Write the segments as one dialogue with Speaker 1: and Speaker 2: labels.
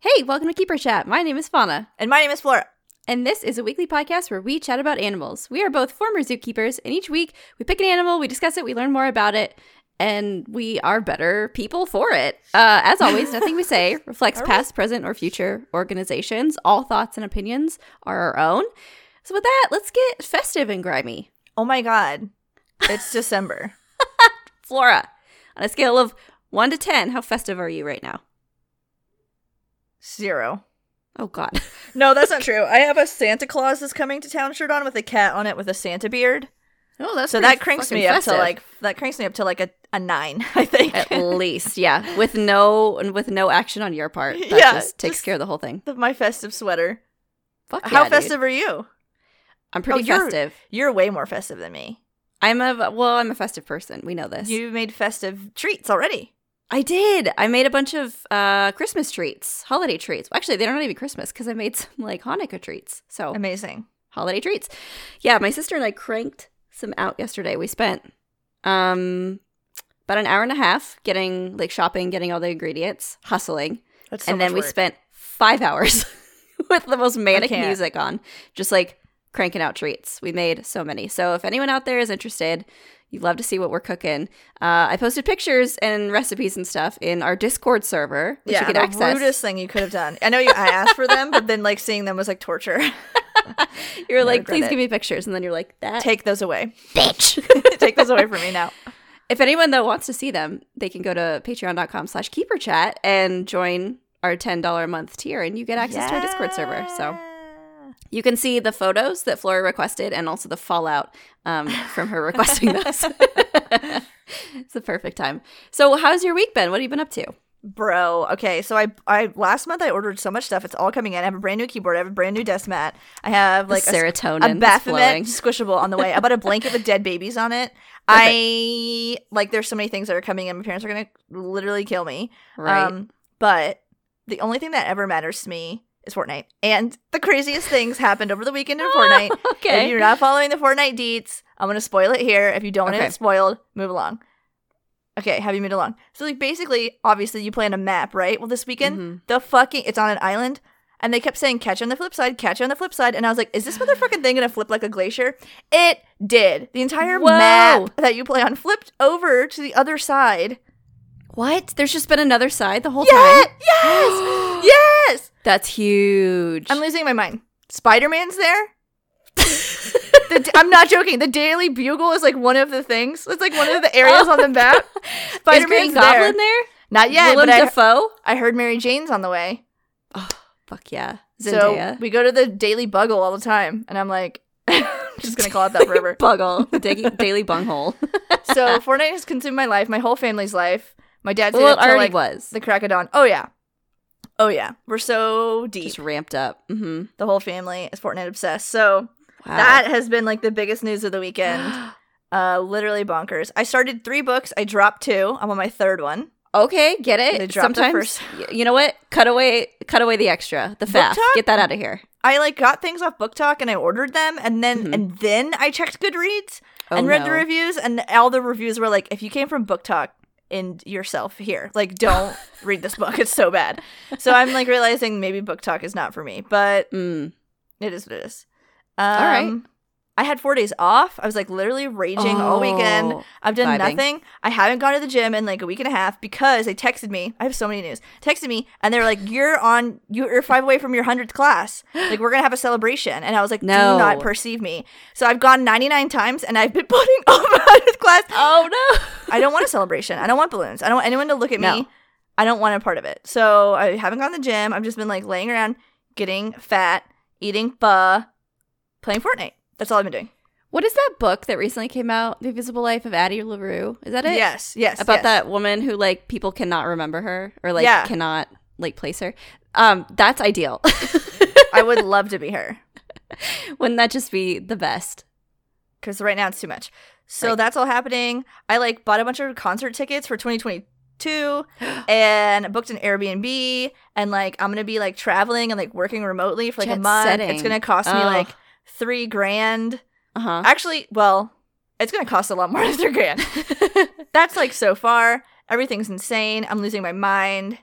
Speaker 1: Hey, welcome to Keeper Chat. My name is Fauna,
Speaker 2: And my name is Flora.
Speaker 1: and this is a weekly podcast where we chat about animals. We are both former zookeepers, and each week we pick an animal, we discuss it, we learn more about it, and we are better people for it. Uh, as always, nothing we say reflects past, present, or future organizations. All thoughts and opinions are our own. So, with that, let's get festive and grimy.
Speaker 2: Oh my god. It's December.
Speaker 1: Flora, on a scale of 1 to 10, how festive are you right now?
Speaker 2: Zero.
Speaker 1: Oh, God.
Speaker 2: No, that's not true. I have a Santa Claus is coming to town shirt on with a cat on it with a Santa beard.
Speaker 1: Oh, that's
Speaker 2: So
Speaker 1: pretty
Speaker 2: that cranks
Speaker 1: fucking
Speaker 2: me up
Speaker 1: festive.
Speaker 2: to like that cranks me up to like a, a nine, I think.
Speaker 1: at least yeah with no and with no action on your part that
Speaker 2: Yeah,
Speaker 1: just takes
Speaker 2: just-
Speaker 1: care of the whole thing
Speaker 2: My festive sweater.
Speaker 1: Fuck yeah,
Speaker 2: How
Speaker 1: dude.
Speaker 2: festive are you?
Speaker 1: i'm pretty
Speaker 2: oh, you're-
Speaker 1: festive
Speaker 2: You're way more festive than me.
Speaker 1: i'm a well i'm a festive person we know this
Speaker 2: You made festive treats already.
Speaker 1: i did i made a bunch of uh christmas treats holiday treats actually they're not even christmas because i made some like hanukkah treats so
Speaker 2: Amazing.
Speaker 1: holiday treats yeah my sister and i cranked some out yesterday we spent um about an hour and a half getting like shopping getting all the ingredients hustling
Speaker 2: That's
Speaker 1: and then we spent five hours with the most manic
Speaker 2: can't.
Speaker 1: music on, just like cranking out treats. We made so many. So if anyone out there is interested, you'd love to see what we're cooking. Uh, I posted pictures and recipes and stuff in our Discord server, which
Speaker 2: yeah,
Speaker 1: you can
Speaker 2: the
Speaker 1: access.
Speaker 2: rudest thing you could have done. I know you. I asked for them, but then like seeing them was like torture.
Speaker 1: you were like,
Speaker 2: regret
Speaker 1: please
Speaker 2: it.
Speaker 1: give me pictures, and then you're like, that
Speaker 2: Take those away.
Speaker 1: bitch.
Speaker 2: Take those away from me now.
Speaker 1: if anyone though wants to see them, they can go to patreon.com slash keeper chat and join our $10 a month tier and you get access to our Discord server. So You can see the photos that Flora requested and also the fallout um, from her requesting those. it's the perfect time. So, how's your week been? What have you been up to?
Speaker 2: Bro, okay, so I I last month I ordered so much stuff. It's all coming in. I have a brand new keyboard. I have a brand new desk mat. I have like a,
Speaker 1: serotonin.
Speaker 2: a
Speaker 1: that's flowing.
Speaker 2: Baphomet squishable on the way. I bought a blanket with dead babies on it. I like there's so many things that are coming in. My parents are gonna literally kill me. Um,
Speaker 1: Right.
Speaker 2: but the only thing that ever matters to me is Fortnite. And the craziest things happened over the weekend in Fortnite. If
Speaker 1: okay.
Speaker 2: you're not following the Fortnite deets, I'm gonna spoil it here. If you don't want
Speaker 1: Okay.
Speaker 2: it spoiled, move along. Okay, have you moved along? So like basically, obviously you play on a map, right? Well this weekend,
Speaker 1: Mhm.
Speaker 2: the fucking it's on an island. And they kept saying catch you on the flip side, catch you on the flip side. And I was like, is this motherfucking thing gonna flip like a glacier? It did. The entire
Speaker 1: Whoa.
Speaker 2: map that you play on flipped over to the other side.
Speaker 1: What? There's just been another side the whole
Speaker 2: Yes!
Speaker 1: time?
Speaker 2: Yes! yes!
Speaker 1: That's huge.
Speaker 2: I'm losing my mind. Spider Man's there. the, da- I'm not joking. The Daily Bugle is like one of the things. It's like one of the areas on the map.
Speaker 1: Oh. Is
Speaker 2: Spider
Speaker 1: Green
Speaker 2: Man's
Speaker 1: Goblin
Speaker 2: there.
Speaker 1: there?
Speaker 2: Not yet,
Speaker 1: Willem
Speaker 2: but I,
Speaker 1: Dafoe?
Speaker 2: I heard Mary Jane's on the way.
Speaker 1: Fuck yeah.
Speaker 2: So
Speaker 1: Zendaya.
Speaker 2: we go to the Daily Bugle all the time, and I'm like, I'm just gonna call it that forever.
Speaker 1: Buggle. The da- daily bunghole.
Speaker 2: so Fortnite has consumed my life, my whole family's life. My dad's in
Speaker 1: well, it
Speaker 2: till,
Speaker 1: already
Speaker 2: like
Speaker 1: was.
Speaker 2: the crack of dawn. Oh yeah, oh yeah. We're so deep.
Speaker 1: Just ramped up. hmm
Speaker 2: the whole family is Fortnite obsessed. So
Speaker 1: Wow.
Speaker 2: that has been like the biggest news of the weekend. Uh, literally bonkers. I started three books. I dropped two. I'm on my third one.
Speaker 1: Okay, get
Speaker 2: They
Speaker 1: it.
Speaker 2: dropped the
Speaker 1: Sometimes
Speaker 2: first-
Speaker 1: y- you know what? Cut away, cut away the extra, the fast.
Speaker 2: talk?
Speaker 1: Get that out of here.
Speaker 2: I like got things off Book Talk and I ordered them, and then
Speaker 1: Mhm.
Speaker 2: and then I checked Goodreads
Speaker 1: Oh,
Speaker 2: and read the
Speaker 1: no.
Speaker 2: reviews, and all the reviews were like, if you came from Book Talk and yourself here, like don't read this book. It's so bad. So I'm like realizing maybe Book Talk is not for me, but
Speaker 1: Mm.
Speaker 2: It is what it is.
Speaker 1: right.
Speaker 2: Um, I had four days off. I was like literally raging all weekend.
Speaker 1: Oh,
Speaker 2: I've done
Speaker 1: vibing.
Speaker 2: nothing. I haven't gone to the gym in like a week and a half because they texted me. I have so many news. Texted me and they're like, "You're on. You're five away from your hundredth class. Like we're gonna have a celebration." And I was like,
Speaker 1: No.
Speaker 2: "Do not perceive me." So I've gone ninety nine times and I've been putting off my hundredth class.
Speaker 1: Oh no.
Speaker 2: I don't want a celebration. I don't want balloons. I don't want anyone to look at
Speaker 1: No.
Speaker 2: me. I don't want a part of it. So I haven't gone to the gym. I've just been like laying around, getting fat, eating pho, playing Fortnite. That's all I've been doing.
Speaker 1: What is that book that recently came out? The Invisible Life of Addie LaRue. Is that it?
Speaker 2: Yes, yes.
Speaker 1: About
Speaker 2: yes.
Speaker 1: that woman who like people cannot remember her or like
Speaker 2: Yeah.
Speaker 1: cannot like place her. Um, that's ideal.
Speaker 2: I would love to be her
Speaker 1: Wouldn't that just be the best?
Speaker 2: because right now it's too much. So
Speaker 1: Right.
Speaker 2: that's all happening. I like bought a bunch of concert tickets for 2022 and booked an Airbnb and like I'm gonna be like traveling and like working remotely for like
Speaker 1: Jet
Speaker 2: a month. It's
Speaker 1: setting.
Speaker 2: gonna cost me
Speaker 1: Ugh.
Speaker 2: like three grand.
Speaker 1: Uh huh.
Speaker 2: Actually, well, it's gonna cost a lot more than three grand. That's like so far. Everything's insane. I'm losing my mind.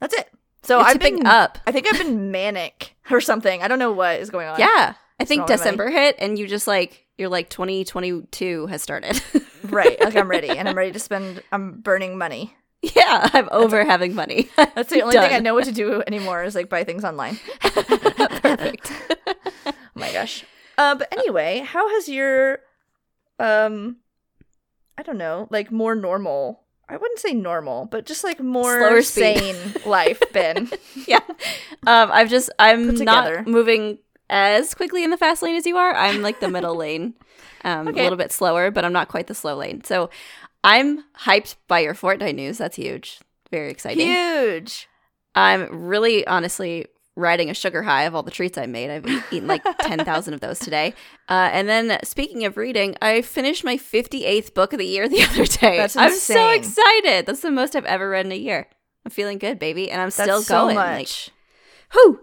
Speaker 2: That's it. So
Speaker 1: You're
Speaker 2: I've
Speaker 1: tipping
Speaker 2: been
Speaker 1: up.
Speaker 2: I think I've been manic or something. I don't know what is going on.
Speaker 1: Yeah. I think
Speaker 2: not my money.
Speaker 1: December hit and you just like you're like 2022 has started.
Speaker 2: Right. Like I'm ready and I'm ready to spend I'm burning money.
Speaker 1: yeah, I'm over having money.
Speaker 2: That's the only thing I
Speaker 1: Done.
Speaker 2: know what to do anymore is like buy things online.
Speaker 1: Perfect.
Speaker 2: Oh my gosh. Uh, but anyway, how has your, um, I don't know, like more normal? I wouldn't say normal, but just like more
Speaker 1: Slower speed.
Speaker 2: sane life been.
Speaker 1: yeah. Um I've just I'm
Speaker 2: Put
Speaker 1: not
Speaker 2: together.
Speaker 1: moving as quickly in the fast lane as you are. I'm like the middle lane. Um a
Speaker 2: Okay.
Speaker 1: little bit slower, but I'm not quite the slow lane. So I'm hyped by your Fortnite news. That's huge. Very exciting.
Speaker 2: Huge.
Speaker 1: I'm really honestly riding a sugar high of all the treats I made. I've e- eaten like 10,000 of those today. Uh, and then speaking of reading, I finished my 58th book of the year the other day.
Speaker 2: That's
Speaker 1: I'm so
Speaker 2: insane.
Speaker 1: excited. That's the most I've ever read in a year. I'm feeling good, baby. And I'm
Speaker 2: That's
Speaker 1: still
Speaker 2: so
Speaker 1: going. Like,
Speaker 2: much.
Speaker 1: who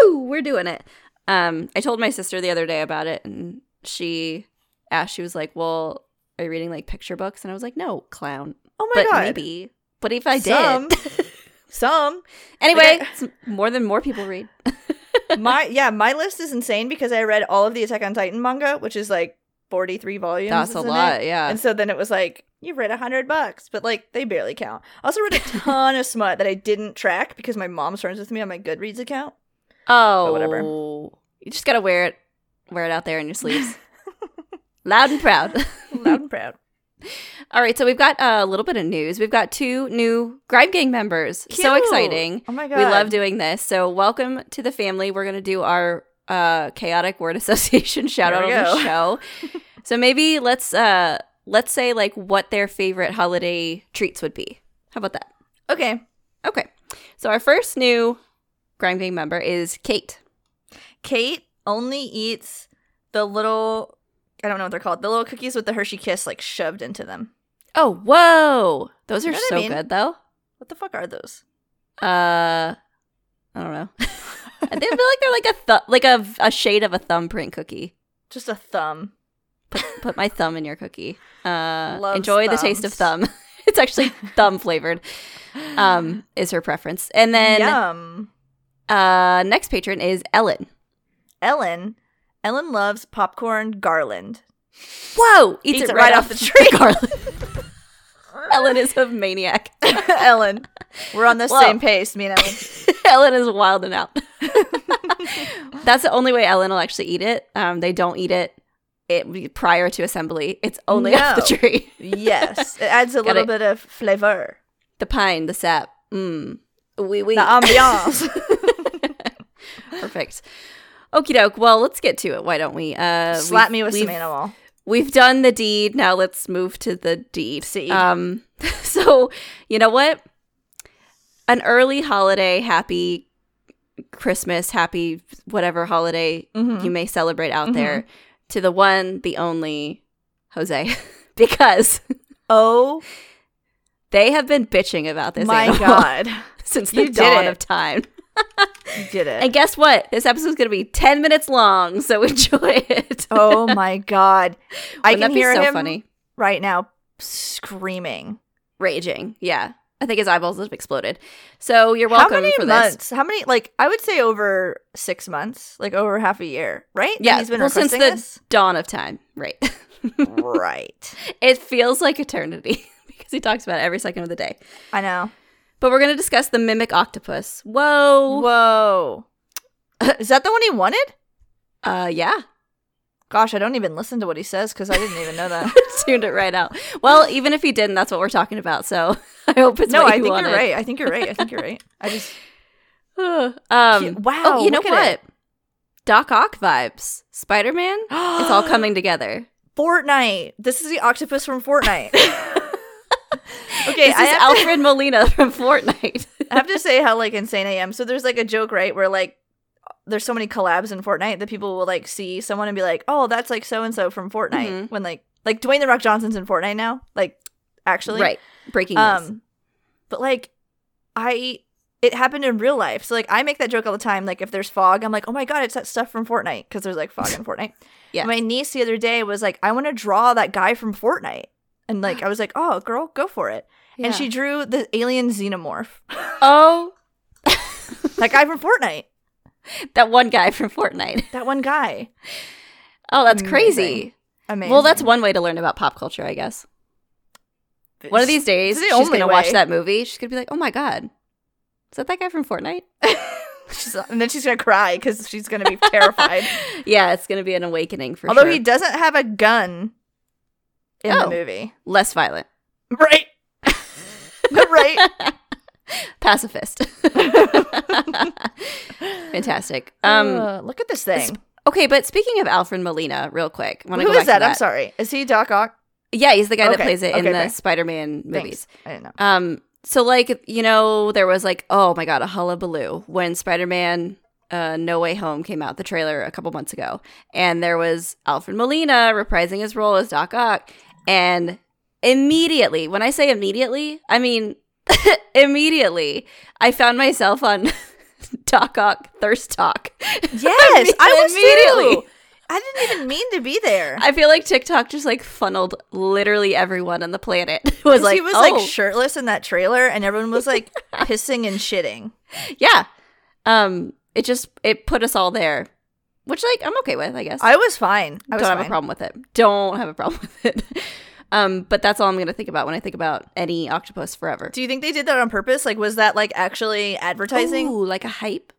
Speaker 1: who we're doing it um i told my sister the other day about it and she asked she was like well are you reading like picture books and i was like no clown
Speaker 2: oh my
Speaker 1: but
Speaker 2: god.
Speaker 1: maybe but if i
Speaker 2: Some.
Speaker 1: did
Speaker 2: Some.
Speaker 1: anyway
Speaker 2: Like I-
Speaker 1: it's more than more people read
Speaker 2: My yeah, my list is insane because I read all of the Attack on Titan manga, which is like forty three volumes.
Speaker 1: that's a
Speaker 2: isn't it?
Speaker 1: lot yeah
Speaker 2: And so then it was like, you've read a hundred bucks, but like they barely count. I also read a ton of smut that I didn't track because my mom's friends with me on my Goodreads account.
Speaker 1: oh
Speaker 2: but whatever.
Speaker 1: you just gotta wear it wear it out there in your sleeves loud and proud
Speaker 2: Loud and proud.
Speaker 1: all right so we've got uh, a little bit of news we've got two new grime gang members so
Speaker 2: Cute.
Speaker 1: exciting
Speaker 2: Oh my god.
Speaker 1: We love doing this. So welcome to the family. We're going to do our uh, chaotic word association shout out
Speaker 2: There
Speaker 1: on
Speaker 2: we
Speaker 1: the
Speaker 2: go.
Speaker 1: show. so maybe let's uh, let's say like what their favorite holiday treats would be. How about that?
Speaker 2: Okay.
Speaker 1: Okay. So our first new Grime Gang member is Kate.
Speaker 2: Kate only eats the little I don't know what they're called. The little cookies with the Hershey kiss like shoved into them.
Speaker 1: Oh, whoa. Those are
Speaker 2: You know what
Speaker 1: so
Speaker 2: I mean?
Speaker 1: good though.
Speaker 2: What the fuck are those?
Speaker 1: Uh I don't know. I feel like they're like a thu- like a, a shade of a thumbprint cookie.
Speaker 2: Just a thumb.
Speaker 1: put my thumb in your cookie. Uh,
Speaker 2: Loves
Speaker 1: enjoy the taste of thumb. it's actually thumb flavored. Um, is her preference. And then
Speaker 2: Yum.
Speaker 1: uh, next patron is Ellen.
Speaker 2: Ellen. Ellen loves popcorn garland.
Speaker 1: Whoa! Eats, it, right, off the tree. Ellen is a maniac.
Speaker 2: Ellen. We're on the
Speaker 1: Whoa.
Speaker 2: same pace, me and Ellen.
Speaker 1: Ellen is wild and out. That's the only way Ellen will actually eat it. Um, they don't eat it. It prior to assembly. It's only off the
Speaker 2: No.
Speaker 1: tree.
Speaker 2: Yes, it adds a
Speaker 1: Got
Speaker 2: little
Speaker 1: it.
Speaker 2: bit of flavor.
Speaker 1: The pine, the sap. Mmm. Wee wee.
Speaker 2: The ambiance.
Speaker 1: Perfect. Okie doke. Well, let's get to it. Why don't we? Uh,
Speaker 2: Slap
Speaker 1: we've-
Speaker 2: me with
Speaker 1: we've,
Speaker 2: some animal.
Speaker 1: We've done the deed. Now let's move to the deed.
Speaker 2: Seed.
Speaker 1: Um, so you know what? An early holiday, happy Christmas, happy whatever holiday
Speaker 2: Mhm.
Speaker 1: you may celebrate out
Speaker 2: Mm-hmm.
Speaker 1: there to the one, the only Jose, because
Speaker 2: Oh
Speaker 1: they have been bitching about this
Speaker 2: my
Speaker 1: animal
Speaker 2: god,
Speaker 1: since the
Speaker 2: You did
Speaker 1: dawn
Speaker 2: it. Uh,
Speaker 1: of time.
Speaker 2: you did it!
Speaker 1: And guess what? This episode's going to be 10 minutes long, so enjoy it.
Speaker 2: oh my god,
Speaker 1: Wouldn't
Speaker 2: I can
Speaker 1: that be
Speaker 2: hear
Speaker 1: so
Speaker 2: him
Speaker 1: funny.
Speaker 2: right now screaming.
Speaker 1: Raging. Yeah. I think his eyeballs have exploded. So you're welcome
Speaker 2: How many
Speaker 1: for this.
Speaker 2: months? How many? Like I would say over six months, like over half a year, right? That
Speaker 1: Yeah,
Speaker 2: he's been
Speaker 1: well, since
Speaker 2: requesting
Speaker 1: Dawn of time. Right.
Speaker 2: this. right,
Speaker 1: it feels like eternity because he talks about it every second of the day.
Speaker 2: I know.
Speaker 1: But we're going to discuss the mimic octopus. Whoa.
Speaker 2: Whoa, is that the one he wanted?
Speaker 1: Uh, yeah.
Speaker 2: Gosh, I don't even listen to what he says because I didn't even know that.
Speaker 1: Tuned it right out. Well, even if he didn't, that's what we're talking about. So I hope it's
Speaker 2: no,
Speaker 1: what
Speaker 2: I
Speaker 1: you
Speaker 2: think
Speaker 1: wanted.
Speaker 2: you're right. I think you're right. I think you're right. I just
Speaker 1: right. um,
Speaker 2: wow.
Speaker 1: Oh, you know
Speaker 2: look at
Speaker 1: what?
Speaker 2: it.
Speaker 1: Doc Ock vibes. Spider Man. It's all coming together.
Speaker 2: Fortnite. This is the octopus from Fortnite. okay,
Speaker 1: This
Speaker 2: I
Speaker 1: is
Speaker 2: have, to,
Speaker 1: Alfred Molina from Fortnite.
Speaker 2: I have to say how like insane I am. So there's like a joke right where like there's so many collabs in Fortnite that people will like see someone and be like, oh, that's like so and so from Fortnite.
Speaker 1: Mhm.
Speaker 2: When like like Dwayne the Rock Johnson's in Fortnite now. Like actually,
Speaker 1: right. Breaking news.
Speaker 2: Um, but like, I it happened in real life. So like, I make that joke all the time. Like, if there's fog, I'm like, oh my god, it's that stuff from Fortnite because there's like fog in Fortnite.
Speaker 1: Yeah.
Speaker 2: My niece the other day was like, I want to draw that guy from Fortnite, and like, I was like, oh girl, go for it.
Speaker 1: Yeah.
Speaker 2: And she drew the alien xenomorph.
Speaker 1: Oh.
Speaker 2: that guy from Fortnite.
Speaker 1: That one guy from Fortnite.
Speaker 2: That one guy.
Speaker 1: Oh, that's
Speaker 2: Amazing.
Speaker 1: crazy.
Speaker 2: Amazing.
Speaker 1: Well, that's one way to learn about pop culture, I guess. One of these days,
Speaker 2: the
Speaker 1: she's
Speaker 2: only
Speaker 1: going to watch
Speaker 2: way.
Speaker 1: that movie. She's going to be like, oh my God, is that that guy from Fortnite?
Speaker 2: She's- and then she's gonna cry because she's gonna be terrified.
Speaker 1: Yeah, it's going to be an awakening for
Speaker 2: Although
Speaker 1: sure.
Speaker 2: he doesn't have a gun in
Speaker 1: Oh.
Speaker 2: the movie,
Speaker 1: Less violent.
Speaker 2: right? right.
Speaker 1: Pacifist. Fantastic. Um,
Speaker 2: Uh, look at this thing.
Speaker 1: okay, but speaking of Alfred Molina, real quick.
Speaker 2: Who
Speaker 1: Wanna
Speaker 2: is
Speaker 1: go back
Speaker 2: that?
Speaker 1: To that?
Speaker 2: I'm sorry. Is he Doc Ock?
Speaker 1: Yeah, he's the guy that
Speaker 2: Okay,
Speaker 1: plays it in
Speaker 2: okay,
Speaker 1: the
Speaker 2: great.
Speaker 1: Spider-Man
Speaker 2: Thanks.
Speaker 1: movies.
Speaker 2: I didn't know.
Speaker 1: Um, so like you know, there was like, oh my god, a hullabaloo when Spider-Man uh, No Way Home came out, the trailer a couple months ago, and there was Alfred Molina reprising his role as Doc Ock, and immediately, when I say immediately, I mean immediately, I found myself on Doc Ock thirst talk.
Speaker 2: Yes, I was
Speaker 1: Immediately.
Speaker 2: too. I didn't even mean to be there.
Speaker 1: I feel like TikTok just like funneled literally everyone on the planet. It was
Speaker 2: 'Cause
Speaker 1: like,
Speaker 2: he was
Speaker 1: oh,
Speaker 2: like shirtless in that trailer, and everyone was like pissing and shitting.
Speaker 1: yeah um it just it put us all there which like i'm okay with i guess i
Speaker 2: I was fine. I
Speaker 1: don't
Speaker 2: was
Speaker 1: have
Speaker 2: fine.
Speaker 1: a problem with it don't have a problem with it um but that's all i'm gonna think about when i think about any octopus forever
Speaker 2: Do you think they did that on purpose? Like, was that like actually advertising,
Speaker 1: Ooh, like a hype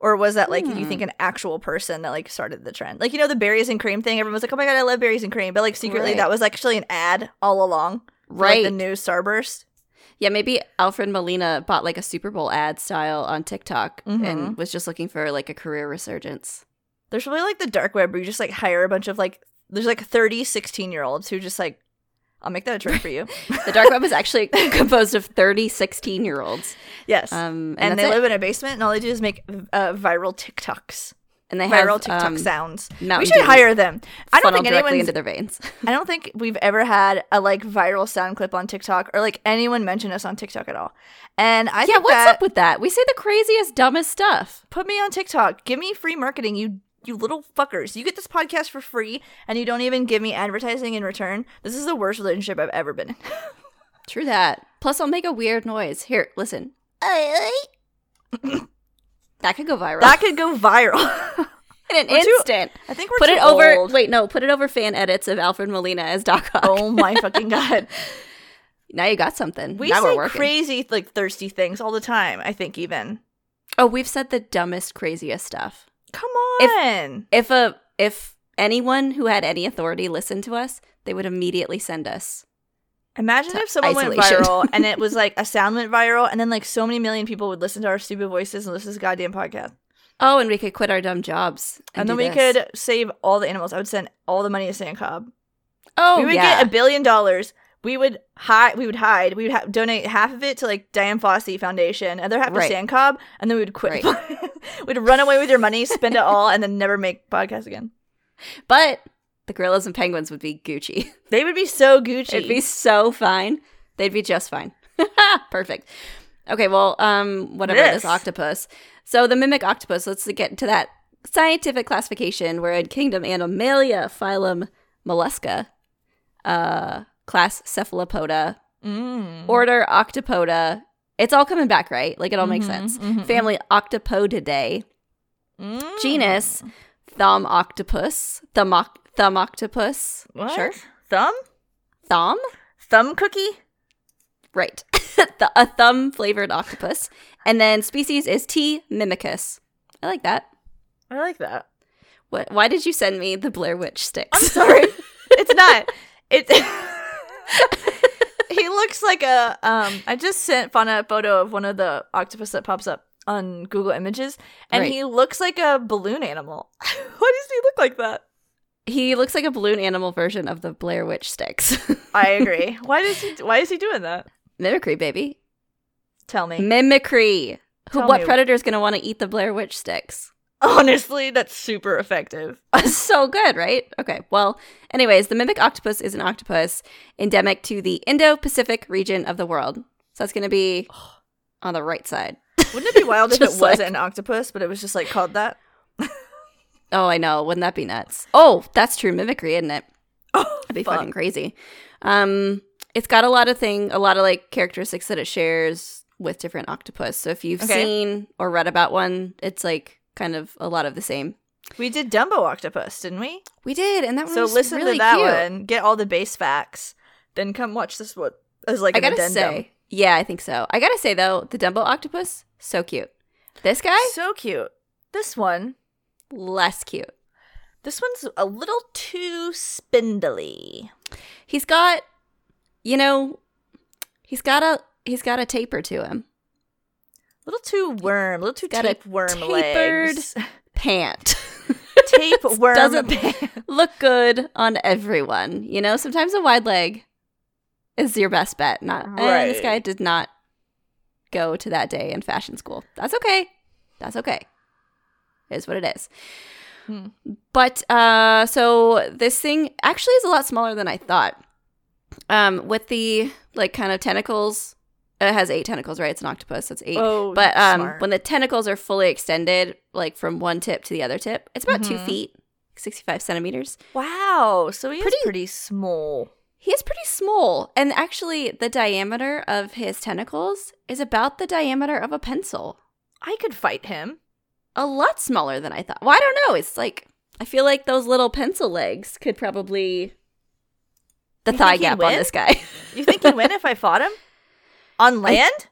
Speaker 2: or was that like you
Speaker 1: Hmm.
Speaker 2: think an actual person that like started the trend? Like, you know, the berries and cream thing. Everyone was like, "Oh my god, I love berries and cream," but like secretly,
Speaker 1: Right.
Speaker 2: that was actually an ad all along. for, like,
Speaker 1: right
Speaker 2: the new Starburst.
Speaker 1: yeah maybe alfred molina bought like a super bowl ad style on tiktok and
Speaker 2: Mhm.
Speaker 1: was just looking for like a career resurgence
Speaker 2: There's really like the dark web where you just like hire a bunch of like there's like 30 16 year olds who just like I'll make that a trick for you.
Speaker 1: the dark web is actually composed of 30 16 year olds
Speaker 2: Yes.
Speaker 1: um and,
Speaker 2: and
Speaker 1: that's
Speaker 2: they
Speaker 1: it.
Speaker 2: live in a basement and all they do is make uh, viral TikToks.
Speaker 1: and they have
Speaker 2: Viral TikTok
Speaker 1: um,
Speaker 2: sounds. We
Speaker 1: Mountain
Speaker 2: should
Speaker 1: Dew
Speaker 2: hire them. I don't
Speaker 1: funneled
Speaker 2: think
Speaker 1: directly
Speaker 2: anyone's
Speaker 1: into their veins
Speaker 2: I don't think we've ever had a like viral sound clip on TikTok or like anyone mention us on TikTok at all. And I
Speaker 1: yeah
Speaker 2: think
Speaker 1: what's
Speaker 2: that
Speaker 1: up with that we say the craziest dumbest stuff
Speaker 2: put me on TikTok. Give me free marketing, you you little fuckers. You get this podcast for free and you don't even give me advertising in return. This is the worst relationship I've ever been in.
Speaker 1: True that. Plus, I'll make a weird noise. Here, listen. That could go viral
Speaker 2: That could go viral.
Speaker 1: in an
Speaker 2: we're too-
Speaker 1: instant.
Speaker 2: I think we're
Speaker 1: put
Speaker 2: too
Speaker 1: it over.
Speaker 2: old.
Speaker 1: Wait, no. Put it over fan edits of Alfred Molina as Doc Ock.
Speaker 2: Oh my fucking god.
Speaker 1: Now you got something.
Speaker 2: We
Speaker 1: now we're
Speaker 2: say
Speaker 1: working.
Speaker 2: crazy like thirsty things all the time, I think even.
Speaker 1: oh, we've said the dumbest, craziest stuff.
Speaker 2: Come
Speaker 1: If-
Speaker 2: on.
Speaker 1: If a if anyone who had any authority listened to us, they would immediately send us.
Speaker 2: Imagine if someone
Speaker 1: isolation.
Speaker 2: went viral and it was like a sound went viral and then like so many million people would listen to our stupid voices and listen to this goddamn podcast.
Speaker 1: Oh, and we could quit our dumb jobs,
Speaker 2: And,
Speaker 1: do
Speaker 2: then we
Speaker 1: this.
Speaker 2: could save all the animals. I would send all the money to San Cobb.
Speaker 1: Oh,
Speaker 2: we would
Speaker 1: yeah.
Speaker 2: get a billion dollars. We would hide. We would hide. We would ha- donate half of it to like Diane Fossey Foundation, other half
Speaker 1: Right.
Speaker 2: to Sand Cobb, and then we would quit. We'd run away with your money, spend it all, and then never make podcasts again.
Speaker 1: but the gorillas and penguins would be Gucci.
Speaker 2: They would be so Gucci.
Speaker 1: It'd be so fine. They'd be just fine. Perfect. Okay, well, um, whatever this
Speaker 2: This.
Speaker 1: octopus. So the mimic octopus. Let's get into that scientific classification. We're in kingdom Animalia, phylum Mollusca, uh, class Cephalopoda,
Speaker 2: Mm.
Speaker 1: order Octopoda. It's all coming back, right? Like it all makes
Speaker 2: Mhm,
Speaker 1: sense.
Speaker 2: mhm.
Speaker 1: Family Octopodidae,
Speaker 2: Mm.
Speaker 1: genus Thumb octopus, thumb, oc- thumb octopus.
Speaker 2: What?
Speaker 1: Sure,
Speaker 2: Thumb.
Speaker 1: thumb.
Speaker 2: Thumb cookie.
Speaker 1: Right. Th- a thumb flavored octopus. And then species is T. mimicus. I like that.
Speaker 2: I like that.
Speaker 1: What, why did you send me the Blair Witch sticks?
Speaker 2: I'm sorry. it's not. It's. he looks like a. Um, I just sent Fauna a photo of one of the octopus that pops up on Google Images, and
Speaker 1: Right.
Speaker 2: he looks like a balloon animal. Why does he look like that?
Speaker 1: he looks like a balloon animal version of the Blair Witch sticks.
Speaker 2: I agree. why does he? Why is he doing that?
Speaker 1: Mimicry, baby.
Speaker 2: Tell me.
Speaker 1: Mimicry. Who,
Speaker 2: Tell
Speaker 1: what
Speaker 2: me.
Speaker 1: predator is going to want to eat the Blair Witch sticks?
Speaker 2: Honestly, that's super effective.
Speaker 1: so good, right? Okay. Well, anyways, the mimic octopus is an octopus endemic to the Indo Pacific region of the world. So that's going to be on the right side.
Speaker 2: Wouldn't it be wild if it
Speaker 1: Just
Speaker 2: was
Speaker 1: like-
Speaker 2: not an octopus, but it was just like called that?
Speaker 1: Oh, I know. Wouldn't that be nuts? Oh, that's true mimicry, isn't it?
Speaker 2: Oh,
Speaker 1: That'd be fucking crazy. Um, it's got a lot of thing, a lot of like characteristics that it shares with different octopus. So if you've
Speaker 2: Okay.
Speaker 1: seen or read about one, it's like kind of a lot of the same.
Speaker 2: We did Dumbo Octopus, didn't we?
Speaker 1: We did, and that one
Speaker 2: So
Speaker 1: was
Speaker 2: listen
Speaker 1: really
Speaker 2: to that
Speaker 1: cute.
Speaker 2: one, get all the base facts, then come watch this one as like
Speaker 1: I
Speaker 2: an
Speaker 1: gotta
Speaker 2: addendum.
Speaker 1: say, yeah, I think so. I gotta say though, the Dumbo octopus, so cute. This guy,
Speaker 2: So cute. This one,
Speaker 1: less cute.
Speaker 2: this one's a little too spindly.
Speaker 1: He's got, you know, he's got a he's got a taper to him.
Speaker 2: A little too worm, a little too
Speaker 1: Got a
Speaker 2: tapeworm
Speaker 1: tapered-
Speaker 2: legs.
Speaker 1: Pant
Speaker 2: Tapeworm.
Speaker 1: doesn't
Speaker 2: pants.
Speaker 1: look good on everyone. You know, sometimes a wide leg is your best bet. Not and this
Speaker 2: Right.
Speaker 1: guy did not go to that day in fashion school. That's okay. That's okay. It Is what it is.
Speaker 2: Hmm.
Speaker 1: But uh, so this thing actually is a lot smaller than I thought. Um, with the like kind of tentacles, it has eight tentacles, right? It's an octopus. That's eight.
Speaker 2: Oh,
Speaker 1: But um,
Speaker 2: smart.
Speaker 1: when the tentacles are fully extended, like from one tip to the other tip, it's about two
Speaker 2: Mhm.
Speaker 1: feet, 65 centimeters.
Speaker 2: wow, so he's pretty,
Speaker 1: Pretty-
Speaker 2: pretty small.
Speaker 1: He is pretty small. And actually, the diameter of his tentacles is about the diameter of a pencil.
Speaker 2: I could fight him.
Speaker 1: A lot smaller than I thought. Well, I don't know. It's like, I feel like those little pencil legs could probably. The
Speaker 2: You think
Speaker 1: thigh
Speaker 2: he'd
Speaker 1: gap on
Speaker 2: win?
Speaker 1: this guy.
Speaker 2: You think he'd win if I fought him on land?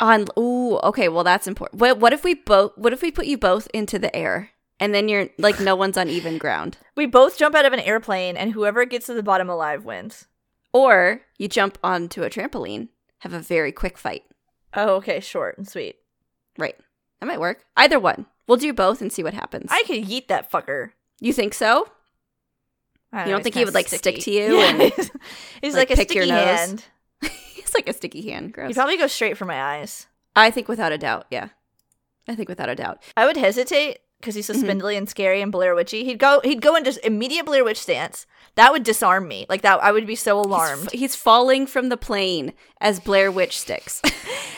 Speaker 1: on ooh, okay, well that's important. What what if we both what if we put you both into the air and then you're like no one's on even ground?
Speaker 2: we both jump out of an airplane, and whoever gets to the bottom alive wins.
Speaker 1: Or you jump onto a trampoline, have a very quick fight.
Speaker 2: Oh, okay, short and sweet.
Speaker 1: Right. That might work. Either one. We'll do both and see what happens.
Speaker 2: I could yeet that fucker.
Speaker 1: you think so?
Speaker 2: I
Speaker 1: You don't
Speaker 2: he's
Speaker 1: think he
Speaker 2: kinda
Speaker 1: would, like, stick
Speaker 2: sticky.
Speaker 1: to you
Speaker 2: Yeah,
Speaker 1: and,
Speaker 2: he's, he's
Speaker 1: like,
Speaker 2: like, a
Speaker 1: pick your
Speaker 2: sticky
Speaker 1: nose?
Speaker 2: hand.
Speaker 1: It's like a sticky hand. Gross.
Speaker 2: He'd probably go straight for my eyes.
Speaker 1: I think without a doubt. Yeah. I think without a doubt.
Speaker 2: I would hesitate because he's so
Speaker 1: Mhm.
Speaker 2: spindly and scary and Blair Witchy. He'd go. He'd go into s- immediate Blair Witch stance. That would disarm me. Like that, I would be so
Speaker 1: He's f-
Speaker 2: alarmed.
Speaker 1: He's, falling from the plane as Blair Witch sticks.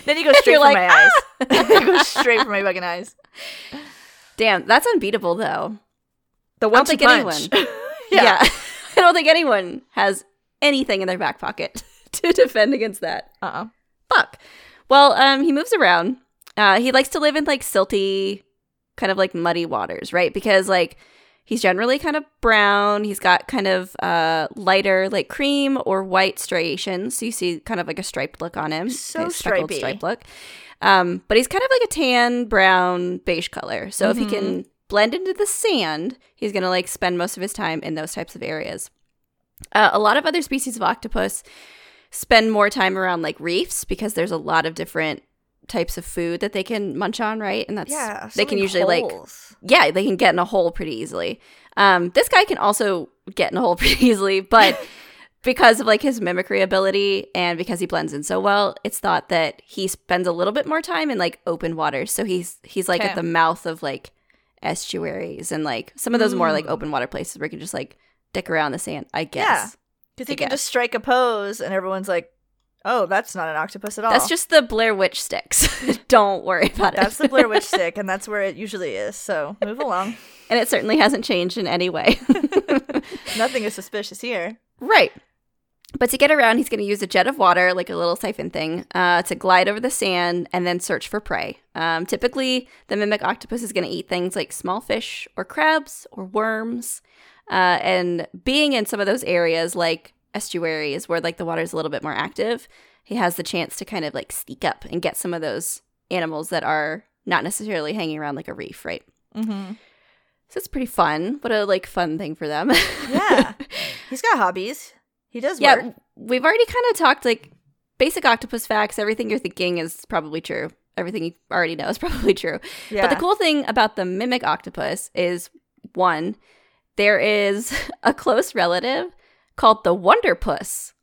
Speaker 2: then he goes straight
Speaker 1: You're
Speaker 2: for
Speaker 1: like, "Ah!"
Speaker 2: my eyes. he goes straight for my fucking eyes.
Speaker 1: Damn, that's unbeatable though.
Speaker 2: The
Speaker 1: I
Speaker 2: one
Speaker 1: don't think
Speaker 2: punch.
Speaker 1: anyone.
Speaker 2: yeah.
Speaker 1: I don't think anyone has anything in their back pocket to defend against that.
Speaker 2: Uh-uh.
Speaker 1: Fuck. Well, um, he moves around. Uh, he likes to live in like silty, kind of like muddy waters, right? Because like he's generally kind of brown. He's got kind of uh lighter, like cream or white striations. So you see kind of like a striped look on him,
Speaker 2: So
Speaker 1: a speckled
Speaker 2: stripey.
Speaker 1: striped look. Um, but he's kind of like a tan, brown, beige color. So if he can
Speaker 2: Mm-hmm.
Speaker 1: blend into the sand, he's gonna like spend most of his time in those types of areas. Uh, a lot of other species of octopus spend more time around like reefs because there's a lot of different types of food that they can munch on, right? And that's
Speaker 2: Yeah.
Speaker 1: they can usually like yeah, they can get in a hole pretty easily. Um, this guy can also get in a hole pretty easily, but because of like his mimicry ability and because he blends in so well, it's thought that he spends a little bit more time in like open waters. So he's he's like
Speaker 2: Okay.
Speaker 1: at the mouth of like estuaries and like some of those more like
Speaker 2: Mm.
Speaker 1: open water places where he can just like dick around the sand. I guess
Speaker 2: Because he
Speaker 1: I
Speaker 2: can
Speaker 1: guess.
Speaker 2: just strike a pose, and everyone's like, "Oh, that's not an octopus at all."
Speaker 1: that's just the Blair Witch sticks. Don't worry about it.
Speaker 2: Oh. that's the Blair Witch stick, and that's where it usually is. So move along.
Speaker 1: and it certainly hasn't changed in any way.
Speaker 2: Nothing is suspicious here.
Speaker 1: Right. But to get around, he's going to use a jet of water, like a little siphon thing, uh, to glide over the sand and then search for prey. Um, typically, the mimic octopus is going to eat things like small fish or crabs or worms. Uh, and being in some of those areas, like estuaries, where like the water's a little bit more active, he has the chance to kind of like sneak up and get some of those animals that are not necessarily hanging around like a reef, right?
Speaker 2: Mm-hmm.
Speaker 1: So it's pretty fun. What a like fun thing for them.
Speaker 2: Yeah, he's got hobbies. He does
Speaker 1: yeah,
Speaker 2: work.
Speaker 1: w- we've already kind of talked like basic octopus facts. Everything you're thinking is probably true. Everything you already know is probably true.
Speaker 2: Yeah,
Speaker 1: But the cool thing about the mimic octopus is one, there is a close relative called the wonder puss.